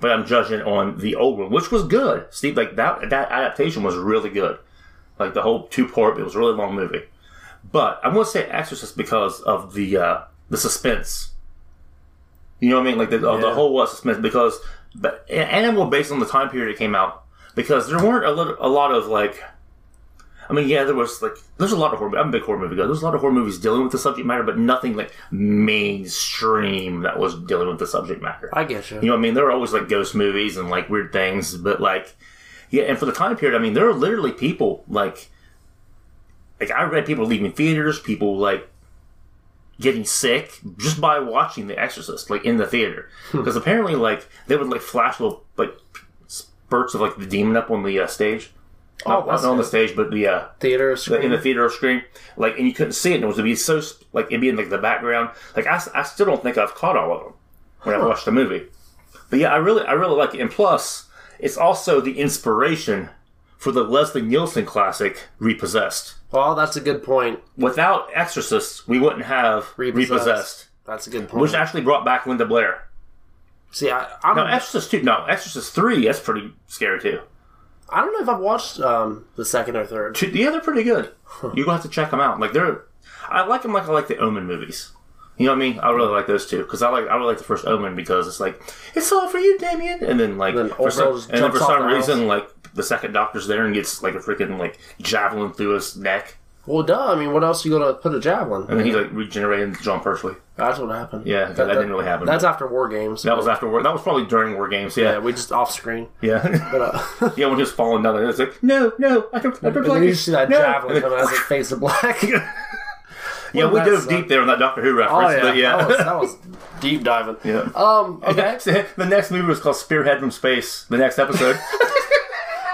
Speaker 2: But I'm judging on the old one, which was good. Steve, like that that adaptation was really good. Like the whole two part, it was a really long movie. But I'm gonna say Exorcist because of the uh, the suspense. You know what I mean? Like the, of the
Speaker 1: Yeah.
Speaker 2: whole uh, suspense because but a- Animal based on the time period it came out because there weren't a lot a lot of like. I mean, yeah, there was like there's a lot of horror. I'm a big horror movie guy. There's a lot of horror movies dealing with the subject matter, but nothing like mainstream that was dealing with the subject matter.
Speaker 1: I get you.
Speaker 2: You know what I mean? There are always like ghost movies and like weird things, but like, yeah. And for the time period, I mean, there are literally people like, like I read people leaving theaters, people like getting sick just by watching The Exorcist, like in the theater,
Speaker 1: Hmm.
Speaker 2: because apparently, like they would like flash little like spurts of like the demon up on the uh, stage, not,
Speaker 1: Oh, that's
Speaker 2: not on the
Speaker 1: good.
Speaker 2: stage, but the uh,
Speaker 1: Theater
Speaker 2: the- in
Speaker 1: screen.
Speaker 2: the theater screen, like, and you couldn't see it, and it was it'd be so sp- like it'd be in like the background. Like, I, s- I still don't think I've caught all of them when I watched the movie. But yeah, I really I really like it, and plus, it's also the inspiration for the Leslie Nielsen classic Repossessed.
Speaker 1: well, that's a good point.
Speaker 2: Without Exorcists, we wouldn't have
Speaker 1: Repossessed.
Speaker 2: Repossessed,
Speaker 1: That's a good point.
Speaker 2: which actually brought back Linda Blair.
Speaker 1: See, I, I'm,
Speaker 2: No, Exorcist two, no, Exorcist three. That's pretty scary too.
Speaker 1: I don't know if I've watched um, the second or third.
Speaker 2: Two, yeah, they're pretty good. You have to check them out. Like they're, I like them like I like the Omen movies. You know what I mean? I really like those two because I like I really like the first Omen because it's like it's all for you, Damien. And then like
Speaker 1: Then
Speaker 2: for
Speaker 1: old
Speaker 2: some,
Speaker 1: girl just
Speaker 2: and then
Speaker 1: jumps
Speaker 2: for
Speaker 1: off
Speaker 2: some
Speaker 1: the house.
Speaker 2: reason like the second Doctor's there and gets like a freaking like javelin through his neck,
Speaker 1: Well, duh. I mean, what else are you gonna put a javelin?
Speaker 2: and then he like regenerated into John Pertwee.
Speaker 1: That's what happened.
Speaker 2: Yeah, that, didn't really happen.
Speaker 1: That's after War Games.
Speaker 2: that was after war. That was probably during War Games.
Speaker 1: yeah,
Speaker 2: Yeah,
Speaker 1: we just off screen.
Speaker 2: yeah, yeah.
Speaker 1: But, uh,
Speaker 2: when he was falling down, it's like no, no, I don't, I don't
Speaker 1: and
Speaker 2: like
Speaker 1: then you
Speaker 2: it.
Speaker 1: see that
Speaker 2: no.
Speaker 1: javelin
Speaker 2: And
Speaker 1: come
Speaker 2: then-
Speaker 1: out as it fades to black. Oh,
Speaker 2: yeah, we
Speaker 1: Well,
Speaker 2: dove
Speaker 1: that's, uh,
Speaker 2: deep there on that Doctor Who
Speaker 1: oh
Speaker 2: reference.
Speaker 1: yeah,
Speaker 2: but yeah.
Speaker 1: That, was, that was deep diving.
Speaker 2: Yeah.
Speaker 1: Um. Okay.
Speaker 2: the next movie was called Spearhead from Space. The next episode,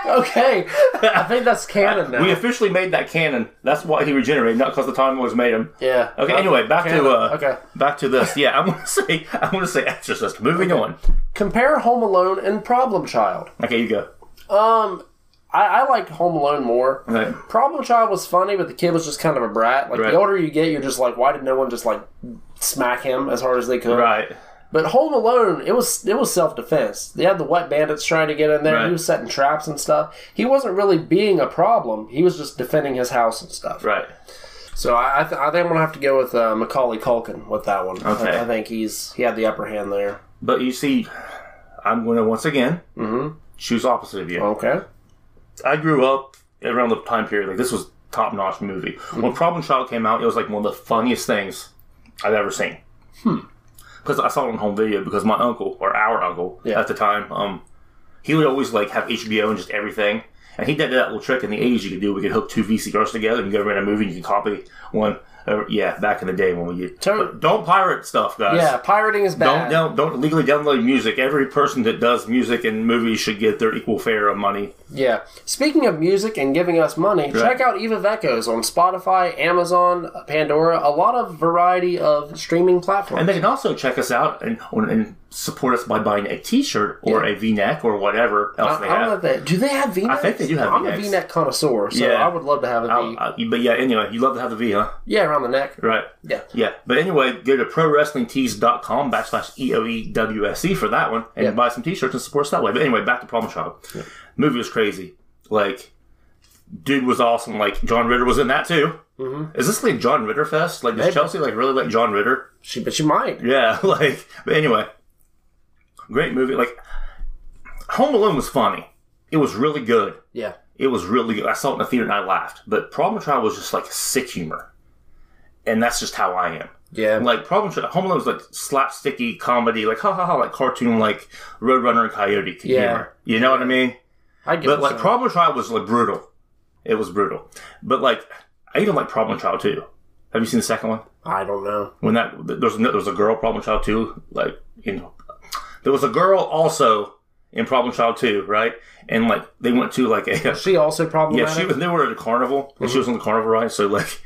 Speaker 1: okay. I think that's canon now.
Speaker 2: we officially made that canon. That's why he regenerated, not because the time was made him.
Speaker 1: yeah.
Speaker 2: Okay.
Speaker 1: Uh,
Speaker 2: anyway, back
Speaker 1: canon.
Speaker 2: to uh,
Speaker 1: okay.
Speaker 2: back to this. Yeah, I'm gonna say I'm gonna say Exorcist. Moving on.
Speaker 1: Compare Home Alone and Problem Child.
Speaker 2: Okay, you go.
Speaker 1: Um, I, I like Home Alone more.
Speaker 2: Right.
Speaker 1: Problem Child was funny, but the kid was just kind of a brat. Like
Speaker 2: Right.
Speaker 1: the older you get, you're just like, why did no one just like smack him as hard as they could?
Speaker 2: Right.
Speaker 1: But Home Alone, it was it was self defense. They had the wet bandits trying to get in there. He
Speaker 2: Right.
Speaker 1: was setting traps and stuff. He wasn't really being a problem. He was just defending his house and stuff.
Speaker 2: Right.
Speaker 1: So I I, th- I think I'm gonna have to go with uh, Macaulay Culkin with that one. I-
Speaker 2: Okay.
Speaker 1: I, think he's he had the upper hand there.
Speaker 2: But you see, I'm gonna once again
Speaker 1: Mm-hmm.
Speaker 2: choose opposite of you.
Speaker 1: Okay.
Speaker 2: I grew up around the time period. Like this was top notch
Speaker 1: Hmm. Hmm.
Speaker 2: movie. When Problem Child came out, it was like one of the funniest things I've ever seen. because I saw it on home video because my uncle or our uncle
Speaker 1: Yeah.
Speaker 2: at the time, um, he would always like have HBO and just everything. And he did that little trick in the eighties you could do. We could hook two VCRs together and go rent a movie. and You can copy one. over yeah, back in the day when we did.
Speaker 1: Tur-
Speaker 2: But don't pirate stuff, guys.
Speaker 1: Yeah, pirating is bad.
Speaker 2: Don't, don't don't legally download music. Every person that does music and movies should get their equal fare of money.
Speaker 1: Yeah. Speaking of music and giving us money, check out Eva Vecos on Spotify, Amazon, Pandora, a lot of variety of streaming platforms.
Speaker 2: And they can also check us out and and support us by buying a T-shirt or a V-neck or whatever else
Speaker 1: I
Speaker 2: they
Speaker 1: don't know
Speaker 2: have.
Speaker 1: if they, do they have V-necks?
Speaker 2: I think they do have
Speaker 1: I'm a
Speaker 2: V-necks.
Speaker 1: V-neck connoisseur, so
Speaker 2: Yeah.
Speaker 1: I would love to have a V.
Speaker 2: I'll- I'll- Uh, but yeah, anyway, you love to have the V, huh?
Speaker 1: yeah, around the neck.
Speaker 2: Right.
Speaker 1: Yeah.
Speaker 2: Yeah. But anyway, go to prowrestlingtees.com backslash E EOEWSC E for that one and
Speaker 1: Yeah.
Speaker 2: buy some t-shirts and support us that way. But anyway, back to Problem Child. Movie was crazy. Like, dude was awesome. Like, John Ritter was in that too. Mm-hmm. Is this like John Ritter Fest? Like, does Chelsea like really like John Ritter?
Speaker 1: She, but she might.
Speaker 2: Yeah, like, but anyway, great movie. Like, Home Alone was funny. It was really good.
Speaker 1: Yeah.
Speaker 2: It was really good. I saw it in the theater and I laughed. But Problem Child was just like sick humor, and that's just how I am.
Speaker 1: Yeah.
Speaker 2: Like Problem Child, Home Alone was like slapsticky comedy, like ha ha ha, like cartoon, like Roadrunner and Coyote
Speaker 1: Yeah.
Speaker 2: humor. You know what I mean?
Speaker 1: I get
Speaker 2: But
Speaker 1: it, uh,
Speaker 2: like
Speaker 1: so.
Speaker 2: Problem Child was like brutal. It was brutal. But like, I even like Problem Child too. Have you seen the second one?
Speaker 1: I don't know.
Speaker 2: when that there's no, there was a girl problem child too like you know there was a girl also in problem child 2 right and like they went to like a
Speaker 1: She also
Speaker 2: yeah
Speaker 1: problematic.
Speaker 2: she was they were at a carnival and she
Speaker 1: Mm-hmm.
Speaker 2: was on the carnival ride so like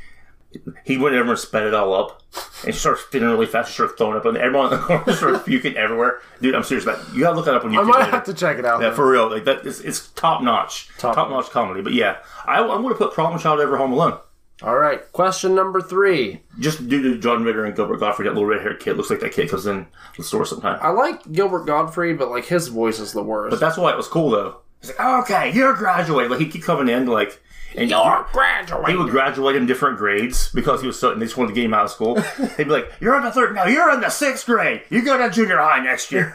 Speaker 2: he went over and sped it all up and she started spinning really fast she started throwing up and everyone in the corner started puking everywhere dude i'm serious about you gotta look that up on
Speaker 1: I
Speaker 2: youtube
Speaker 1: might
Speaker 2: later.
Speaker 1: have to check it out.
Speaker 2: yeah
Speaker 1: then.
Speaker 2: for real like that it's, it's top notch
Speaker 1: Top
Speaker 2: top notch comedy but yeah I, i'm gonna put problem child over home alone
Speaker 1: All right. Question number three.
Speaker 2: just due to John Ritter and Gilbert Godfrey, that little red haired kid looks like that kid comes in the store sometime.
Speaker 1: I like Gilbert Godfrey, but like his voice is the worst.
Speaker 2: But that's why it was cool though. He's like, okay, you're graduating. Like he keep coming in like, and you're graduating. He would graduate in different grades because he was so. And they just wanted to get him out of school. They'd be like, you're in the third. No, you're in the sixth grade. You go to junior high next year.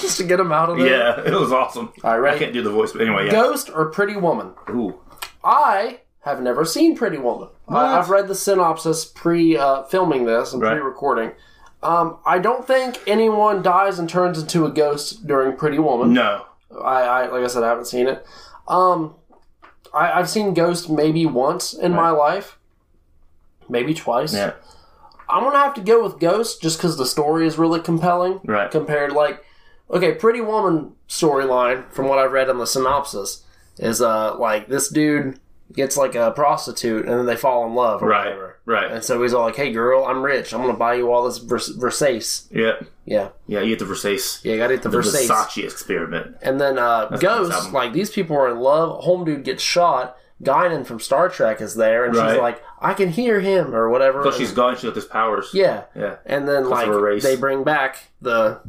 Speaker 1: Just to get him out of there.
Speaker 2: yeah, it was awesome.
Speaker 1: All right.
Speaker 2: I can't do the voice, but anyway, yeah.
Speaker 1: Ghost or Pretty Woman?
Speaker 2: Ooh.
Speaker 1: I have never seen Pretty Woman. I, I've read the synopsis pre uh, filming this and
Speaker 2: Right.
Speaker 1: pre recording. Um, I don't think anyone dies and turns into a ghost during Pretty Woman.
Speaker 2: No.
Speaker 1: I, I like I said, I haven't seen it. Um, I, I've seen Ghost maybe once in my life, maybe twice.
Speaker 2: Yeah.
Speaker 1: I'm gonna have to go with Ghost just because the story is really compelling.
Speaker 2: Right.
Speaker 1: Compared, like, okay, Pretty Woman storyline from what I read in the synopsis is uh like this dude gets like a prostitute and then they fall in love or
Speaker 2: Right.
Speaker 1: whatever,
Speaker 2: Right.
Speaker 1: and so he's all like, "Hey, girl, I'm rich. I'm gonna buy you all this Vers- Versace."
Speaker 2: Yeah.
Speaker 1: Yeah,
Speaker 2: Yeah. You get the Versace.
Speaker 1: yeah, you gotta get the,
Speaker 2: The
Speaker 1: Versace.
Speaker 2: Versace experiment.
Speaker 1: And then uh,
Speaker 2: nice
Speaker 1: Ghost,
Speaker 2: album.
Speaker 1: like these people are in love. Home dude gets shot. Guinan from Star Trek is there, and she's
Speaker 2: Right.
Speaker 1: like, "I can hear him" or whatever.
Speaker 2: So
Speaker 1: and-
Speaker 2: she's gone. She got these powers.
Speaker 1: yeah,
Speaker 2: Yeah.
Speaker 1: and then
Speaker 2: Because
Speaker 1: like
Speaker 2: of her race.
Speaker 1: they bring back the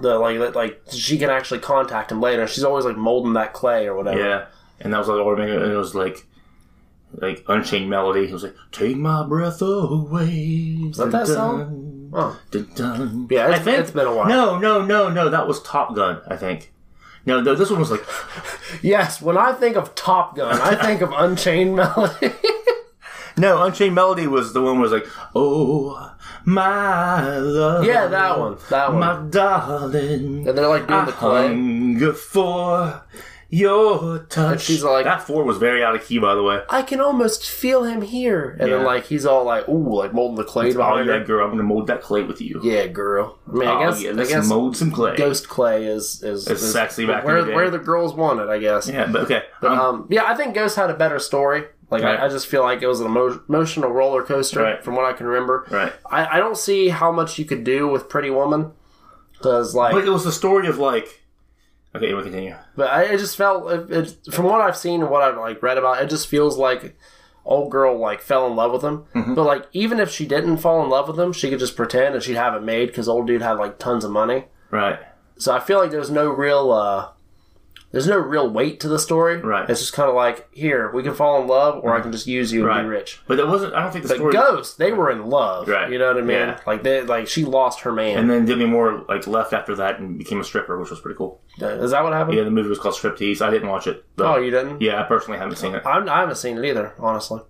Speaker 1: the like that- like she can actually contact him later. She's always like molding that clay or whatever.
Speaker 2: Yeah, and that was like Orming, and it was like like Unchained Melody. It was like Take My Breath Away. Is
Speaker 1: that that song? Oh. Yeah, it's- it's been a while.
Speaker 2: No, no, no, no. That was Top Gun, I think. No, no, this one was like
Speaker 1: Yes, when I think of Top Gun, I think of Unchained Melody.
Speaker 2: no. Unchained Melody was the one. Where it was like Oh my love.
Speaker 1: yeah, that one. That one.
Speaker 2: My darling.
Speaker 1: and they're like doing
Speaker 2: I
Speaker 1: the clay.
Speaker 2: hunger for your touch.
Speaker 1: she's like-
Speaker 2: that four was very out of key, by the way.
Speaker 1: I can almost feel him here. And then
Speaker 2: Yeah.
Speaker 1: like he's all like, ooh, like molding the clay
Speaker 2: Oh
Speaker 1: behind
Speaker 2: yeah,
Speaker 1: her.
Speaker 2: girl, I'm gonna mold that clay with you.
Speaker 1: Yeah, girl. I mean, I
Speaker 2: Oh,
Speaker 1: guess
Speaker 2: yeah,
Speaker 1: I
Speaker 2: let's
Speaker 1: guess
Speaker 2: mold some clay.
Speaker 1: ghost clay is is,
Speaker 2: It's
Speaker 1: is
Speaker 2: sexy back in
Speaker 1: where
Speaker 2: the day.
Speaker 1: where the girls want it, I guess.
Speaker 2: Yeah, but okay. um,
Speaker 1: Um, yeah, I think Ghost had a better story. Like
Speaker 2: Right.
Speaker 1: I, I just feel like it was an emo- emotional roller coaster
Speaker 2: Right.
Speaker 1: from what I can remember.
Speaker 2: Right.
Speaker 1: I, I don't see how much you could do with Pretty Woman because like,
Speaker 2: But
Speaker 1: but,
Speaker 2: it was the story of like. Okay, we continue.
Speaker 1: I, I just felt it, it, from what I've seen and what I've like read about, it just feels like old girl like fell in love with him.
Speaker 2: Mm-hmm.
Speaker 1: But like even if she didn't fall in love with him, she could just pretend and she'd have it made because old dude had like tons of money.
Speaker 2: Right.
Speaker 1: So I feel like there's no real uh there's no real weight to the story.
Speaker 2: Right.
Speaker 1: It's just kind of like here we can fall in love, or I can just use you and
Speaker 2: Right.
Speaker 1: be rich.
Speaker 2: But that wasn't. I don't think the
Speaker 1: But
Speaker 2: story.
Speaker 1: Ghost, they were in love.
Speaker 2: Right.
Speaker 1: You know what I mean?
Speaker 2: Yeah.
Speaker 1: Like they like she lost her man.
Speaker 2: And then Demi Moore like left after that and became a stripper, which was pretty cool.
Speaker 1: Is that what happened?
Speaker 2: Yeah, the movie was called Striptease. I didn't watch it. But
Speaker 1: Oh, you didn't?
Speaker 2: yeah, I personally haven't seen it.
Speaker 1: I'm, I haven't seen it either, honestly.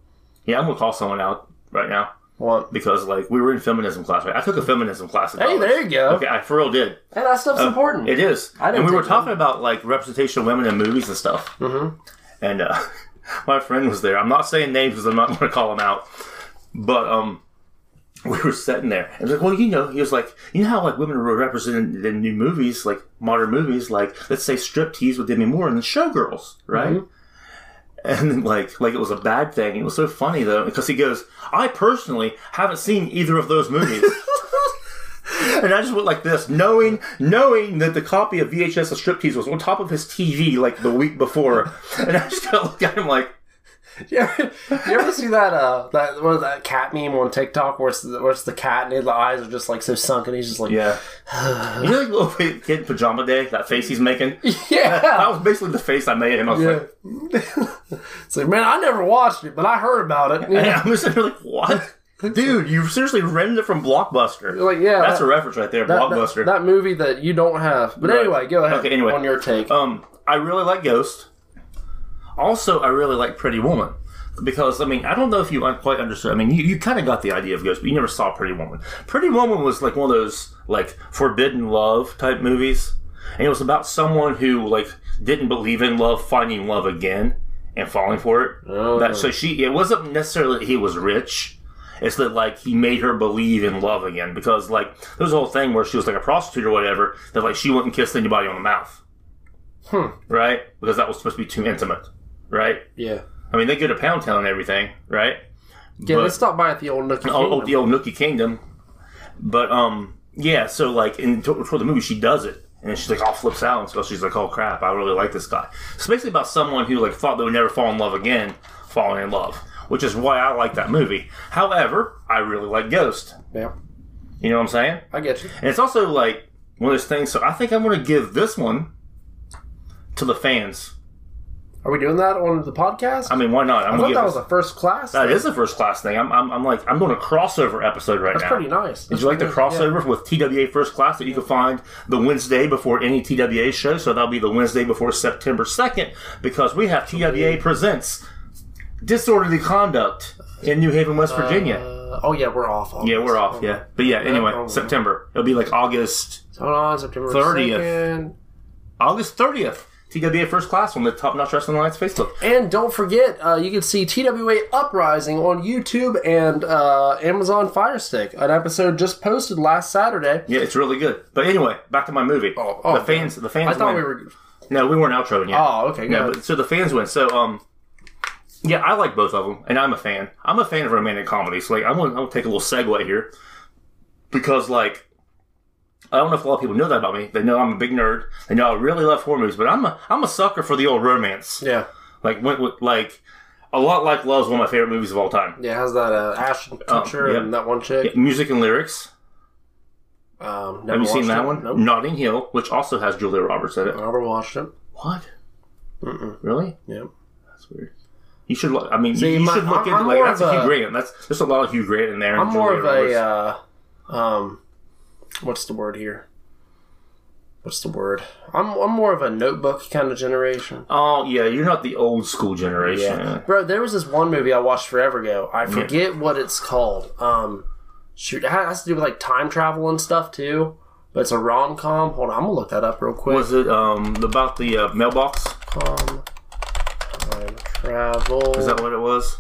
Speaker 2: Yeah, I'm gonna call someone out right now.
Speaker 1: What?
Speaker 2: because like we were in feminism class. Right? I took a feminism class. in
Speaker 1: Hey,
Speaker 2: college.
Speaker 1: there you go.
Speaker 2: Okay, I for real did.
Speaker 1: And that stuff's important.
Speaker 2: Oh. It is.
Speaker 1: I didn't
Speaker 2: and we were
Speaker 1: take
Speaker 2: talking about like representation of women in movies and stuff. Mm-hmm. And uh, my friend was there. I'm not saying names because I'm not going to call him out. But um, we were sitting there. And like, well, you know, he was like, you know how like women are represented in new movies, like modern movies, like let's say Striptease with Demi Moore and the Showgirls, right?
Speaker 1: Mm-hmm.
Speaker 2: And like, like it was a bad thing. It was so funny though, because he goes, "I personally haven't seen either of those movies." And I just went like this, knowing knowing that the copy of VHS of Striptease was on top of his TV like the week before. And I just kind of looked at him like,
Speaker 1: You ever, you ever see that uh that what is that cat meme on TikTok where it's, the- where it's the cat and his eyes are just like so sunken he's just like
Speaker 2: yeah. you know, like little kid kid in pajama day, that face he's making?
Speaker 1: yeah
Speaker 2: That was basically the face I made him. I was
Speaker 1: Yeah.
Speaker 2: like,
Speaker 1: it's like man I never watched it but I heard about it
Speaker 2: and I'm just sitting there like, what? Dude, you seriously rented it from Blockbuster.
Speaker 1: Like, yeah,
Speaker 2: That's
Speaker 1: that-
Speaker 2: a reference right there,
Speaker 1: that,
Speaker 2: Blockbuster.
Speaker 1: that, that movie that you don't have but
Speaker 2: Right.
Speaker 1: anyway go ahead
Speaker 2: Okay, anyway.
Speaker 1: on your take
Speaker 2: Um, I really like Ghost. Also, I really like Pretty Woman because I mean I don't know if you un- quite understood. I mean you, you kind of got the idea of Ghost, but you never saw Pretty Woman. Pretty Woman was like one of those like forbidden love type movies, and it was about someone who like didn't believe in love finding love again and falling for it. That so she it wasn't necessarily that he was rich. It's that like he made her believe in love again because like there's a whole thing where she was like a prostitute or whatever that like she wouldn't kiss anybody on the mouth right? Because that was supposed to be too intimate, right?
Speaker 1: yeah
Speaker 2: I mean, they go to Pound Town and everything, right?
Speaker 1: yeah
Speaker 2: but-
Speaker 1: let's stop by at the old Nookie
Speaker 2: Oh, oh,
Speaker 1: Kingdom.
Speaker 2: the old Nookie Kingdom. But um, yeah. So like in t- toward the movie, she does it, and then she's like all flips out, and so she's like, "Oh crap, I really like this guy." It's basically about someone who like thought they would never fall in love again, falling in love, which is why I like that movie. However, I really like Ghost.
Speaker 1: yeah
Speaker 2: You know what I'm saying?
Speaker 1: I get you
Speaker 2: And it's also like one of those things. So I think I'm going to give this one to the fans.
Speaker 1: are we doing that on the podcast
Speaker 2: I mean, why not? I'm
Speaker 1: I
Speaker 2: gonna
Speaker 1: thought
Speaker 2: give
Speaker 1: that
Speaker 2: this-
Speaker 1: was a first class
Speaker 2: That
Speaker 1: thing.
Speaker 2: is a first class thing. I'm, I'm, I'm like, I'm doing a crossover episode right
Speaker 1: that's
Speaker 2: now.
Speaker 1: pretty nice
Speaker 2: Did you like the crossover with TWA First Class that you can find the Wednesday before any TWA show? So that'll be the Wednesday before September 2nd because we have TWA Presents Disorderly Conduct in New Haven, West Virginia.
Speaker 1: Uh, oh yeah we're off
Speaker 2: Yeah, we're off. Yeah. But yeah, anyway,
Speaker 1: problem.
Speaker 2: September. It'll be like August
Speaker 1: hold on September
Speaker 2: 30th.
Speaker 1: 2nd.
Speaker 2: August 30th. TWA First Class on the Top Notch Wrestling Alliance Facebook.
Speaker 1: And don't forget, uh, you can see TWA Uprising on YouTube and uh, Amazon Fire Stick, an episode just posted last Saturday.
Speaker 2: Yeah, it's really good. But anyway, back to my movie.
Speaker 1: Oh, oh,
Speaker 2: the fans, the fans.
Speaker 1: I thought
Speaker 2: win.
Speaker 1: we were.
Speaker 2: No, we weren't outroing yet.
Speaker 1: Oh, okay.
Speaker 2: Yeah,
Speaker 1: Good.
Speaker 2: but so the fans win. So, um, yeah, I like both of them, and I'm a fan. I'm a fan of romantic comedies. Like, I'm gonna, I'm gonna take a little segue here because, like, I don't know if a lot of people know that about me. They know I'm a big nerd. They know I really love horror movies, but I'm a I'm a sucker for the old romance.
Speaker 1: yeah.
Speaker 2: Like, went with like a lot like Love's one of my favorite movies of all time.
Speaker 1: Yeah, how's that uh,
Speaker 2: Oh,
Speaker 1: Ashton Kutcher
Speaker 2: yeah.
Speaker 1: and that one chick?
Speaker 2: Music and lyrics.
Speaker 1: Um,
Speaker 2: Have
Speaker 1: never
Speaker 2: you seen
Speaker 1: watched
Speaker 2: that
Speaker 1: it.
Speaker 2: one?
Speaker 1: Nope.
Speaker 2: Notting Hill, which also has Julia Roberts in it.
Speaker 1: Never watched it.
Speaker 2: What? Really?
Speaker 1: Yep.
Speaker 2: That's weird. You should look. I mean,
Speaker 1: See,
Speaker 2: you, you
Speaker 1: my-
Speaker 2: should look
Speaker 1: I'm-
Speaker 2: into
Speaker 1: I'm
Speaker 2: like
Speaker 1: more
Speaker 2: that's
Speaker 1: of
Speaker 2: a Hugh
Speaker 1: a-
Speaker 2: Grant. That's there's a lot of Hugh Grant in there. and
Speaker 1: I'm more
Speaker 2: Julia
Speaker 1: of
Speaker 2: Roberts.
Speaker 1: a. Uh, um, what's the word here? What's the word? I'm, I'm more of a notebook kind of generation.
Speaker 2: Oh yeah, you're not the old school generation.
Speaker 1: Yeah. Bro, there was this one movie I watched forever ago. I forget what it's called. Um, shoot, it has to do with like time travel and stuff too. But it's a rom com. Hold on, I'm gonna look that up real quick.
Speaker 2: Was it um about the uh, mailbox?
Speaker 1: Com, time travel.
Speaker 2: Is that what it was?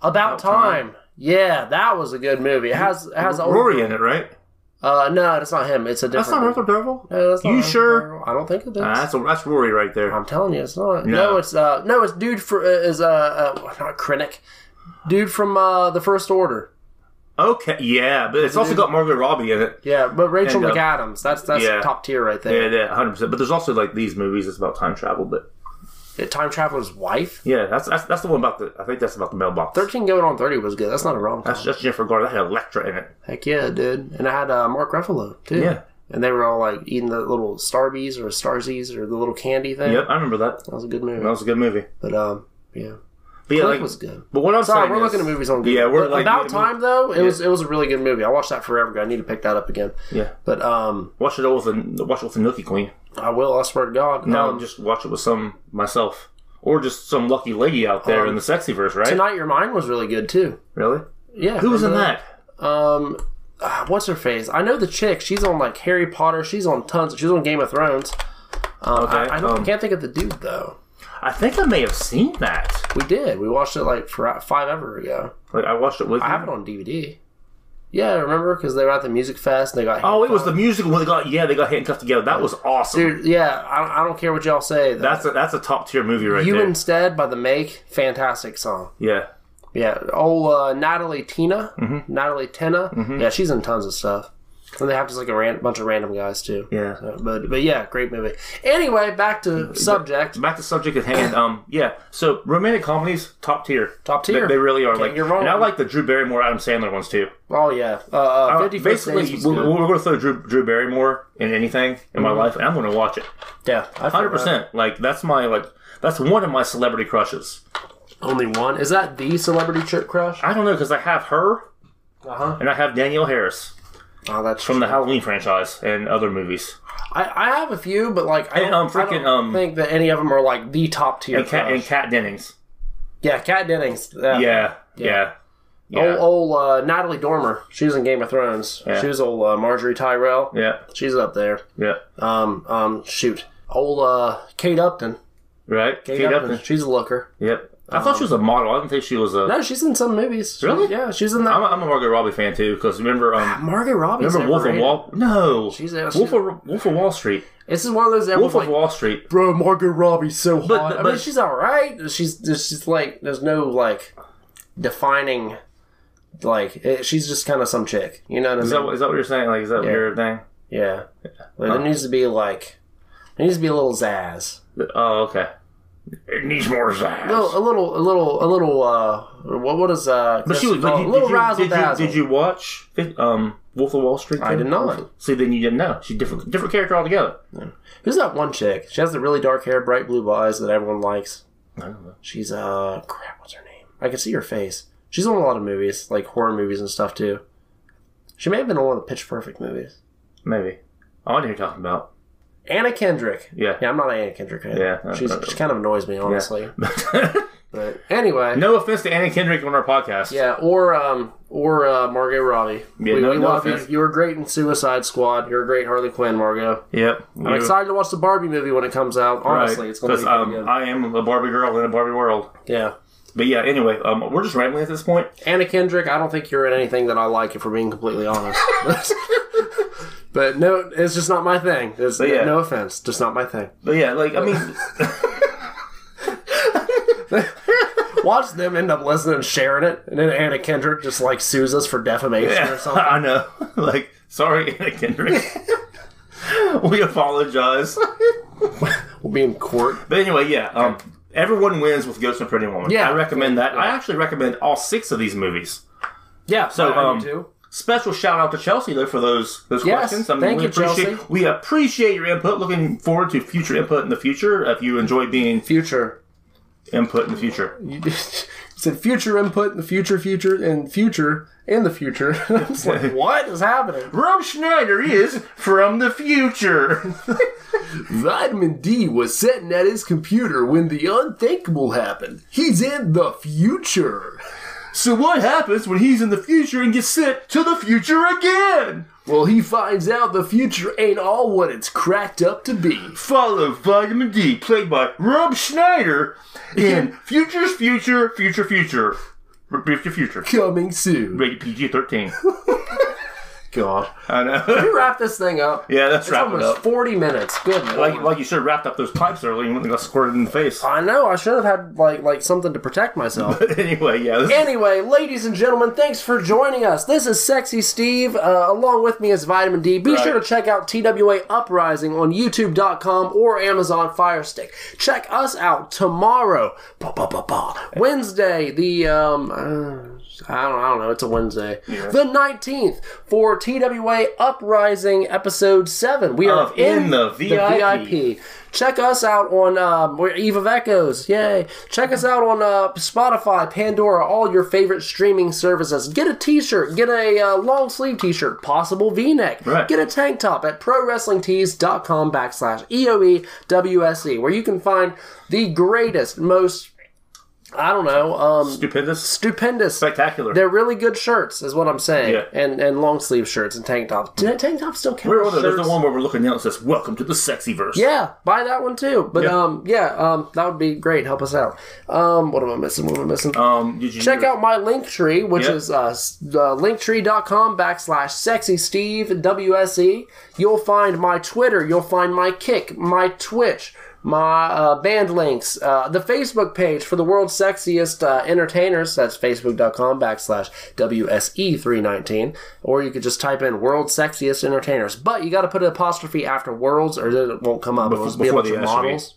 Speaker 1: About
Speaker 2: Time?
Speaker 1: time. Yeah, that was a good movie. It has it has old-
Speaker 2: Rory in it, right?
Speaker 1: Uh, no, that's not him. It's a
Speaker 2: That's
Speaker 1: different.
Speaker 2: not Arthur Darvill.
Speaker 1: No, that's not
Speaker 2: You
Speaker 1: him.
Speaker 2: sure?
Speaker 1: I don't think it is.
Speaker 2: Ah, that's that's Rory right there.
Speaker 1: I'm telling you, it's not.
Speaker 2: No.
Speaker 1: No, it's uh, no, it's dude for uh, is uh, uh not Krennic, dude from uh the First Order.
Speaker 2: Okay, yeah, but it's also got Margot Robbie in it.
Speaker 1: Yeah, but Rachel
Speaker 2: And, uh,
Speaker 1: McAdams, that's that's
Speaker 2: yeah.
Speaker 1: top tier right there.
Speaker 2: Yeah, yeah, hundred percent. But there's also like these movies. It's about time travel, but
Speaker 1: The Time Traveler's Wife.
Speaker 2: yeah, that's that's, that's the one about the. I think that's about the mailbox.
Speaker 1: Thirteen going on thirty was good. That's not a wrong.
Speaker 2: That's
Speaker 1: Time.
Speaker 2: just Jennifer Garner. That had Electra in it.
Speaker 1: Heck yeah, it did. And I had uh, Mark Ruffalo too.
Speaker 2: Yeah.
Speaker 1: And they were all like eating the little Starbies or Starzies or the little candy thing.
Speaker 2: Yep, I remember that.
Speaker 1: That was a good movie.
Speaker 2: That was a good movie.
Speaker 1: But um, yeah,
Speaker 2: But yeah,
Speaker 1: Click
Speaker 2: like,
Speaker 1: was good.
Speaker 2: But what I'm
Speaker 1: Sorry,
Speaker 2: saying
Speaker 1: we're
Speaker 2: is-
Speaker 1: looking at movies on Google.
Speaker 2: Yeah, we're
Speaker 1: But
Speaker 2: like-
Speaker 1: about time though. It was it was a really good movie. I watched that forever ago. I need to pick that up again.
Speaker 2: Yeah,
Speaker 1: But um,
Speaker 2: watch it all with a watch it with a Nookie Queen.
Speaker 1: I will. I swear to God.
Speaker 2: Now
Speaker 1: Um,
Speaker 2: just watch it with some
Speaker 1: um,
Speaker 2: myself, or just some lucky lady out there in the sexy verse, right?
Speaker 1: tonight, your mind was really good too.
Speaker 2: really?
Speaker 1: Yeah.
Speaker 2: Who was in
Speaker 1: remember
Speaker 2: that?
Speaker 1: Um, ah, what's her face? I know the chick. She's on like Harry Potter. She's on tons. She's on Game of Thrones. Um, I-
Speaker 2: Okay,
Speaker 1: I, don't,
Speaker 2: um,
Speaker 1: can't think of the dude though.
Speaker 2: I think I may have seen that.
Speaker 1: We did. We watched it like for five ever ago.
Speaker 2: Like I watched it with.
Speaker 1: I
Speaker 2: you.
Speaker 1: have it on DVD. Yeah, remember because they were at the music fest and they got.
Speaker 2: Oh, it was the musical when they got yeah they got handcuffed together. That was awesome.
Speaker 1: Dude, yeah, I, I don't care what y'all say. though.
Speaker 2: that's a that's a top tier movie right
Speaker 1: you
Speaker 2: there.
Speaker 1: instead by the Make, fantastic song.
Speaker 2: yeah,
Speaker 1: Yeah, old uh, Natalie Tina,
Speaker 2: Mm-hmm.
Speaker 1: Natalie Tina. Yeah, she's in tons of stuff. And they have just like a ran- bunch of random guys too.
Speaker 2: yeah.
Speaker 1: Uh, but but yeah, great movie. Anyway, back to subject.
Speaker 2: Back to subject at hand. Um, yeah. So romantic comedies, top tier,
Speaker 1: Top tier.
Speaker 2: They, they really are. Like
Speaker 1: you're wrong.
Speaker 2: And I like the Drew Barrymore, Adam Sandler ones too.
Speaker 1: Oh yeah, uh, uh, Fifty First Dates
Speaker 2: Basically,
Speaker 1: was
Speaker 2: we're,
Speaker 1: good.
Speaker 2: we're going to throw Drew, Drew Barrymore in anything in
Speaker 1: Mm-hmm.
Speaker 2: my life, and I'm going to watch it.
Speaker 1: yeah, I
Speaker 2: Hundred
Speaker 1: feel that.
Speaker 2: percent. Like that's my like that's one of my celebrity crushes.
Speaker 1: Only one is that the celebrity chip crush?
Speaker 2: I don't know because I have her
Speaker 1: Uh huh.
Speaker 2: and I have Danielle Harris
Speaker 1: Oh, that's
Speaker 2: from the Halloween franchise and other movies.
Speaker 1: I, I have a few, but like I
Speaker 2: And,
Speaker 1: don't,
Speaker 2: um,
Speaker 1: I don't
Speaker 2: freaking, um,
Speaker 1: think that any of them are like the top tier.
Speaker 2: And Kat, and
Speaker 1: crush.
Speaker 2: Kat Dennings.
Speaker 1: yeah, Kat Dennings.
Speaker 2: Yeah, yeah, yeah, yeah.
Speaker 1: Old, old uh, Natalie Dormer. She was in Game of Thrones.
Speaker 2: Yeah.
Speaker 1: She was old uh, Marjorie Tyrell.
Speaker 2: yeah,
Speaker 1: She's up there. Um, um, shoot. Old uh, Kate Upton.
Speaker 2: Right, Kate, Upton.
Speaker 1: She's a looker.
Speaker 2: Yep. I thought
Speaker 1: Um,
Speaker 2: she was a model. I didn't think she was a.
Speaker 1: No, she's in some movies. She-
Speaker 2: Really?
Speaker 1: yeah, she's in
Speaker 2: I'm
Speaker 1: that.
Speaker 2: a, I'm a Margot Robbie fan too because remember, um,
Speaker 1: Margot Robbie.
Speaker 2: remember Wolf of Wall? No,
Speaker 1: She's a- she's-
Speaker 2: Wolf of Wolf of Wall Street.
Speaker 1: This is one of those.
Speaker 2: Wolf
Speaker 1: Wolf
Speaker 2: of Wall Street.
Speaker 1: Bro, Margot Robbie's so hot.
Speaker 2: but-
Speaker 1: I mean,
Speaker 2: but-
Speaker 1: she's all right. She's there's just like there's no like defining. Like it, she's just kind of some chick. You know what I mean?
Speaker 2: Is that, what- is that what you're saying? Like, is that your thing?
Speaker 1: yeah. But there needs to be like there needs to be a little zazz.
Speaker 2: Oh, okay. It needs more zazz.
Speaker 1: A little, a little, a little, a little. Uh, what what is uh?
Speaker 2: but she was.
Speaker 1: called?
Speaker 2: But you,
Speaker 1: a little
Speaker 2: did, you,
Speaker 1: razzle
Speaker 2: did, you,
Speaker 1: dazzle.
Speaker 2: did you watch um, Wolf of Wall Street?
Speaker 1: I
Speaker 2: too?
Speaker 1: did not.
Speaker 2: See, then you didn't know. She's different, different character altogether.
Speaker 1: Who's that one chick? She has the really dark hair, bright blue eyes that everyone likes.
Speaker 2: I don't know.
Speaker 1: She's uh crap, what's her name? I can see her face. She's on a lot of movies, like horror movies and stuff too. She may have been on one of the Pitch Perfect movies.
Speaker 2: Maybe. Oh, I know who you're talking about.
Speaker 1: Anna Kendrick.
Speaker 2: Yeah.
Speaker 1: Yeah, I'm not an Anna Kendrick fan.
Speaker 2: Yeah.
Speaker 1: She's, she kind of annoys me, honestly. But anyway.
Speaker 2: no offense to Anna Kendrick on our podcast.
Speaker 1: Yeah, or um or uh, Margot Robbie.
Speaker 2: Yeah,
Speaker 1: we,
Speaker 2: no-
Speaker 1: we
Speaker 2: no
Speaker 1: love you.
Speaker 2: offense.
Speaker 1: You were great in Suicide Squad. You're a great Harley Quinn, Margot.
Speaker 2: Yep.
Speaker 1: I'm excited to watch the Barbie movie when it comes out. Honestly, it's going to be pretty
Speaker 2: um,
Speaker 1: good.
Speaker 2: I am a Barbie girl in a Barbie world.
Speaker 1: yeah.
Speaker 2: But yeah, anyway, um, we're just rambling at this point.
Speaker 1: Anna Kendrick, I don't think you're in anything that I like, if we're being completely honest. but no, it's just not my thing. It's,
Speaker 2: yeah.
Speaker 1: No offense, just not my thing.
Speaker 2: But yeah, like I mean,
Speaker 1: Watch them end up listening and sharing it, and then Anna Kendrick just like sues us for defamation or something.
Speaker 2: I know. Like, sorry, Anna Kendrick. we apologize.
Speaker 1: We'll be in court.
Speaker 2: But anyway, yeah. Um, everyone wins with Ghost and Pretty Woman.
Speaker 1: Yeah.
Speaker 2: I recommend that. I actually recommend all six of these movies.
Speaker 1: Yeah,
Speaker 2: so,
Speaker 1: I do
Speaker 2: um,
Speaker 1: too.
Speaker 2: Special shout out to Chelsea though for those those
Speaker 1: Yes.
Speaker 2: questions. I mean,
Speaker 1: Thank
Speaker 2: we
Speaker 1: you,
Speaker 2: appreciate
Speaker 1: Chelsea.
Speaker 2: we appreciate your input. Looking forward to future input in the future. If you enjoy being
Speaker 1: future.
Speaker 2: input in the future,
Speaker 1: You said future input, the future, future, and future in the future. it's like what is happening?
Speaker 2: Rob Schneider is from the future.
Speaker 1: Vitamin D was sitting at his computer when the unthinkable happened. He's in the future.
Speaker 2: So what happens when he's in the future and gets sent to the future again?
Speaker 1: Well, he finds out the future ain't all what it's cracked up to be.
Speaker 2: Follow Vitamin D, played by Rob Schneider, in Future's Future, Future Future, R- Future Future,
Speaker 1: Coming soon.
Speaker 2: rated PG thirteen.
Speaker 1: God.
Speaker 2: I know.
Speaker 1: We wrap this thing up.
Speaker 2: Yeah, that's
Speaker 1: It's
Speaker 2: wrap it
Speaker 1: almost
Speaker 2: up.
Speaker 1: 40 minutes. Good lord.
Speaker 2: Like, like you should have wrapped up those pipes early and wouldn't have got squirted in the face.
Speaker 1: I know, I should have had like like something to protect myself.
Speaker 2: anyway, yeah, this,
Speaker 1: anyway, ladies and gentlemen, thanks for joining us. This is Sexy Steve. Uh, along with me is Vitamin D. Be
Speaker 2: Right.
Speaker 1: sure to check out TWA Uprising on YouTube.com or Amazon Firestick. Check us out tomorrow, ba, ba, ba, ba. Wednesday, the um. uh, I don't, I don't know. It's a Wednesday. The 19th for TWA Uprising Episode 7. We are
Speaker 2: Of In the
Speaker 1: VIP.
Speaker 2: VIP.
Speaker 1: Check us out on um, we're Eva Echoes. Yay! Check us out on uh, Spotify, Pandora, all your favorite streaming services. Get a T-shirt. Get a uh, long sleeve T-shirt, possible V-neck.
Speaker 2: Right.
Speaker 1: Get a tank top at ProWrestlingTees.com E backslash EOEWSE, where you can find the greatest, most I don't know. Um,
Speaker 2: Stupendous.
Speaker 1: stupendous.
Speaker 2: Spectacular.
Speaker 1: They're really good shirts, is what I'm saying.
Speaker 2: Yeah.
Speaker 1: And and long sleeve shirts and tank tops. Do that tank tops still count?
Speaker 2: Where
Speaker 1: as
Speaker 2: are they? There's
Speaker 1: shirts?
Speaker 2: the one where we're looking now that says, Welcome to the sexy verse.
Speaker 1: Yeah, buy that one too. But
Speaker 2: Yeah.
Speaker 1: um, yeah, um, that would be great. Help us out. Um, what am I missing? What am I missing?
Speaker 2: Um, did you
Speaker 1: Check out my link tree, which
Speaker 2: Yeah.
Speaker 1: is uh, s- uh, linktree.com backslash sexy Steve WSE. You'll find my Twitter, you'll find my Kick, my Twitch, my uh, band links, uh, the Facebook page for the world's sexiest uh, entertainers. That's facebook.com backslash WSE319. Or you could just type in world's sexiest entertainers. But you got to put an apostrophe after worlds, or then it won't come up. It'll
Speaker 2: Before-
Speaker 1: just be a
Speaker 2: before
Speaker 1: bunch
Speaker 2: the
Speaker 1: of
Speaker 2: S, you mean?
Speaker 1: models.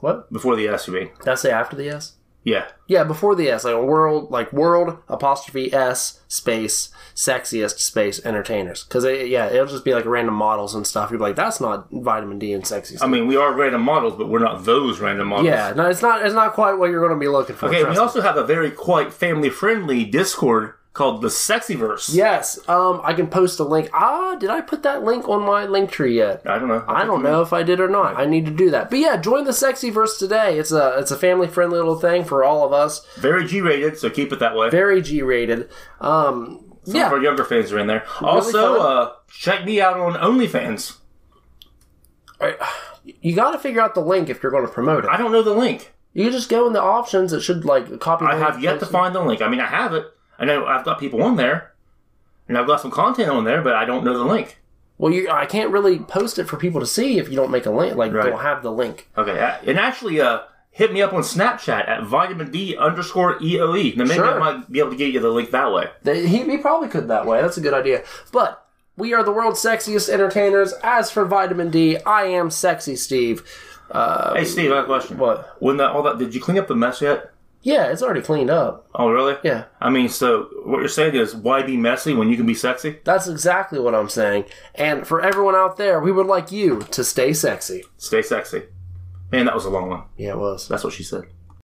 Speaker 1: What?
Speaker 2: before the S, you mean?
Speaker 1: Did I say after the S?
Speaker 2: Yeah.
Speaker 1: Yeah, before the S, like world, like world apostrophe s space sexiest space entertainers. Because it, yeah, it'll just be like random models and stuff. You're like, that's not vitamin D and sexy.
Speaker 2: I
Speaker 1: Stuff.
Speaker 2: mean, we are random models, but we're not those random models.
Speaker 1: Yeah, no, it's not. It's not quite what you're going to be looking for.
Speaker 2: Okay,
Speaker 1: trust
Speaker 2: we
Speaker 1: me.
Speaker 2: also have a very quite family friendly Discord called the Sexyverse.
Speaker 1: yes, um, I can post a link. Ah, did I put that link on my link tree yet?
Speaker 2: I don't know.
Speaker 1: I don't know if I did or not. I need to do that. But yeah, join the Sexyverse today. It's a it's a family friendly little thing for all of us.
Speaker 2: Very G rated, so keep it that way.
Speaker 1: Very G rated. Um,
Speaker 2: Some of
Speaker 1: yeah,
Speaker 2: our younger fans are in there. also,
Speaker 1: fun.
Speaker 2: uh, check me out on OnlyFans.
Speaker 1: you got to figure out the link if you're going to promote it.
Speaker 2: I don't know the link.
Speaker 1: You can just go in the options. It should like copy.
Speaker 2: I have yet to find the link. I mean, I have it. I know I've got people on there, and I've got some content on there, but I don't know the link.
Speaker 1: Well, you, I can't really post it for people to see if you don't make a link. Like
Speaker 2: Right.
Speaker 1: don't have the link.
Speaker 2: Okay, I- and actually, uh, hit me up on Snapchat at vitamin D underscore EOE. Now, maybe
Speaker 1: Sure.
Speaker 2: I might be able to get you the link that way.
Speaker 1: They, he, he probably could that way. That's a good idea. But we are the world's sexiest entertainers. As for vitamin D, I am sexy Steve.
Speaker 2: hey, Steve, I have a question.
Speaker 1: Uh, What?
Speaker 2: When that, all that, did you clean up the mess yet?
Speaker 1: Yeah, it's already cleaned up.
Speaker 2: Oh, really?
Speaker 1: Yeah.
Speaker 2: I mean, so what you're saying is, why be messy when you can be sexy?
Speaker 1: That's exactly what I'm saying. And for everyone out there, we would like you to stay sexy.
Speaker 2: Stay sexy. Man, that was a long one.
Speaker 1: Yeah, it was.
Speaker 2: That's what she said.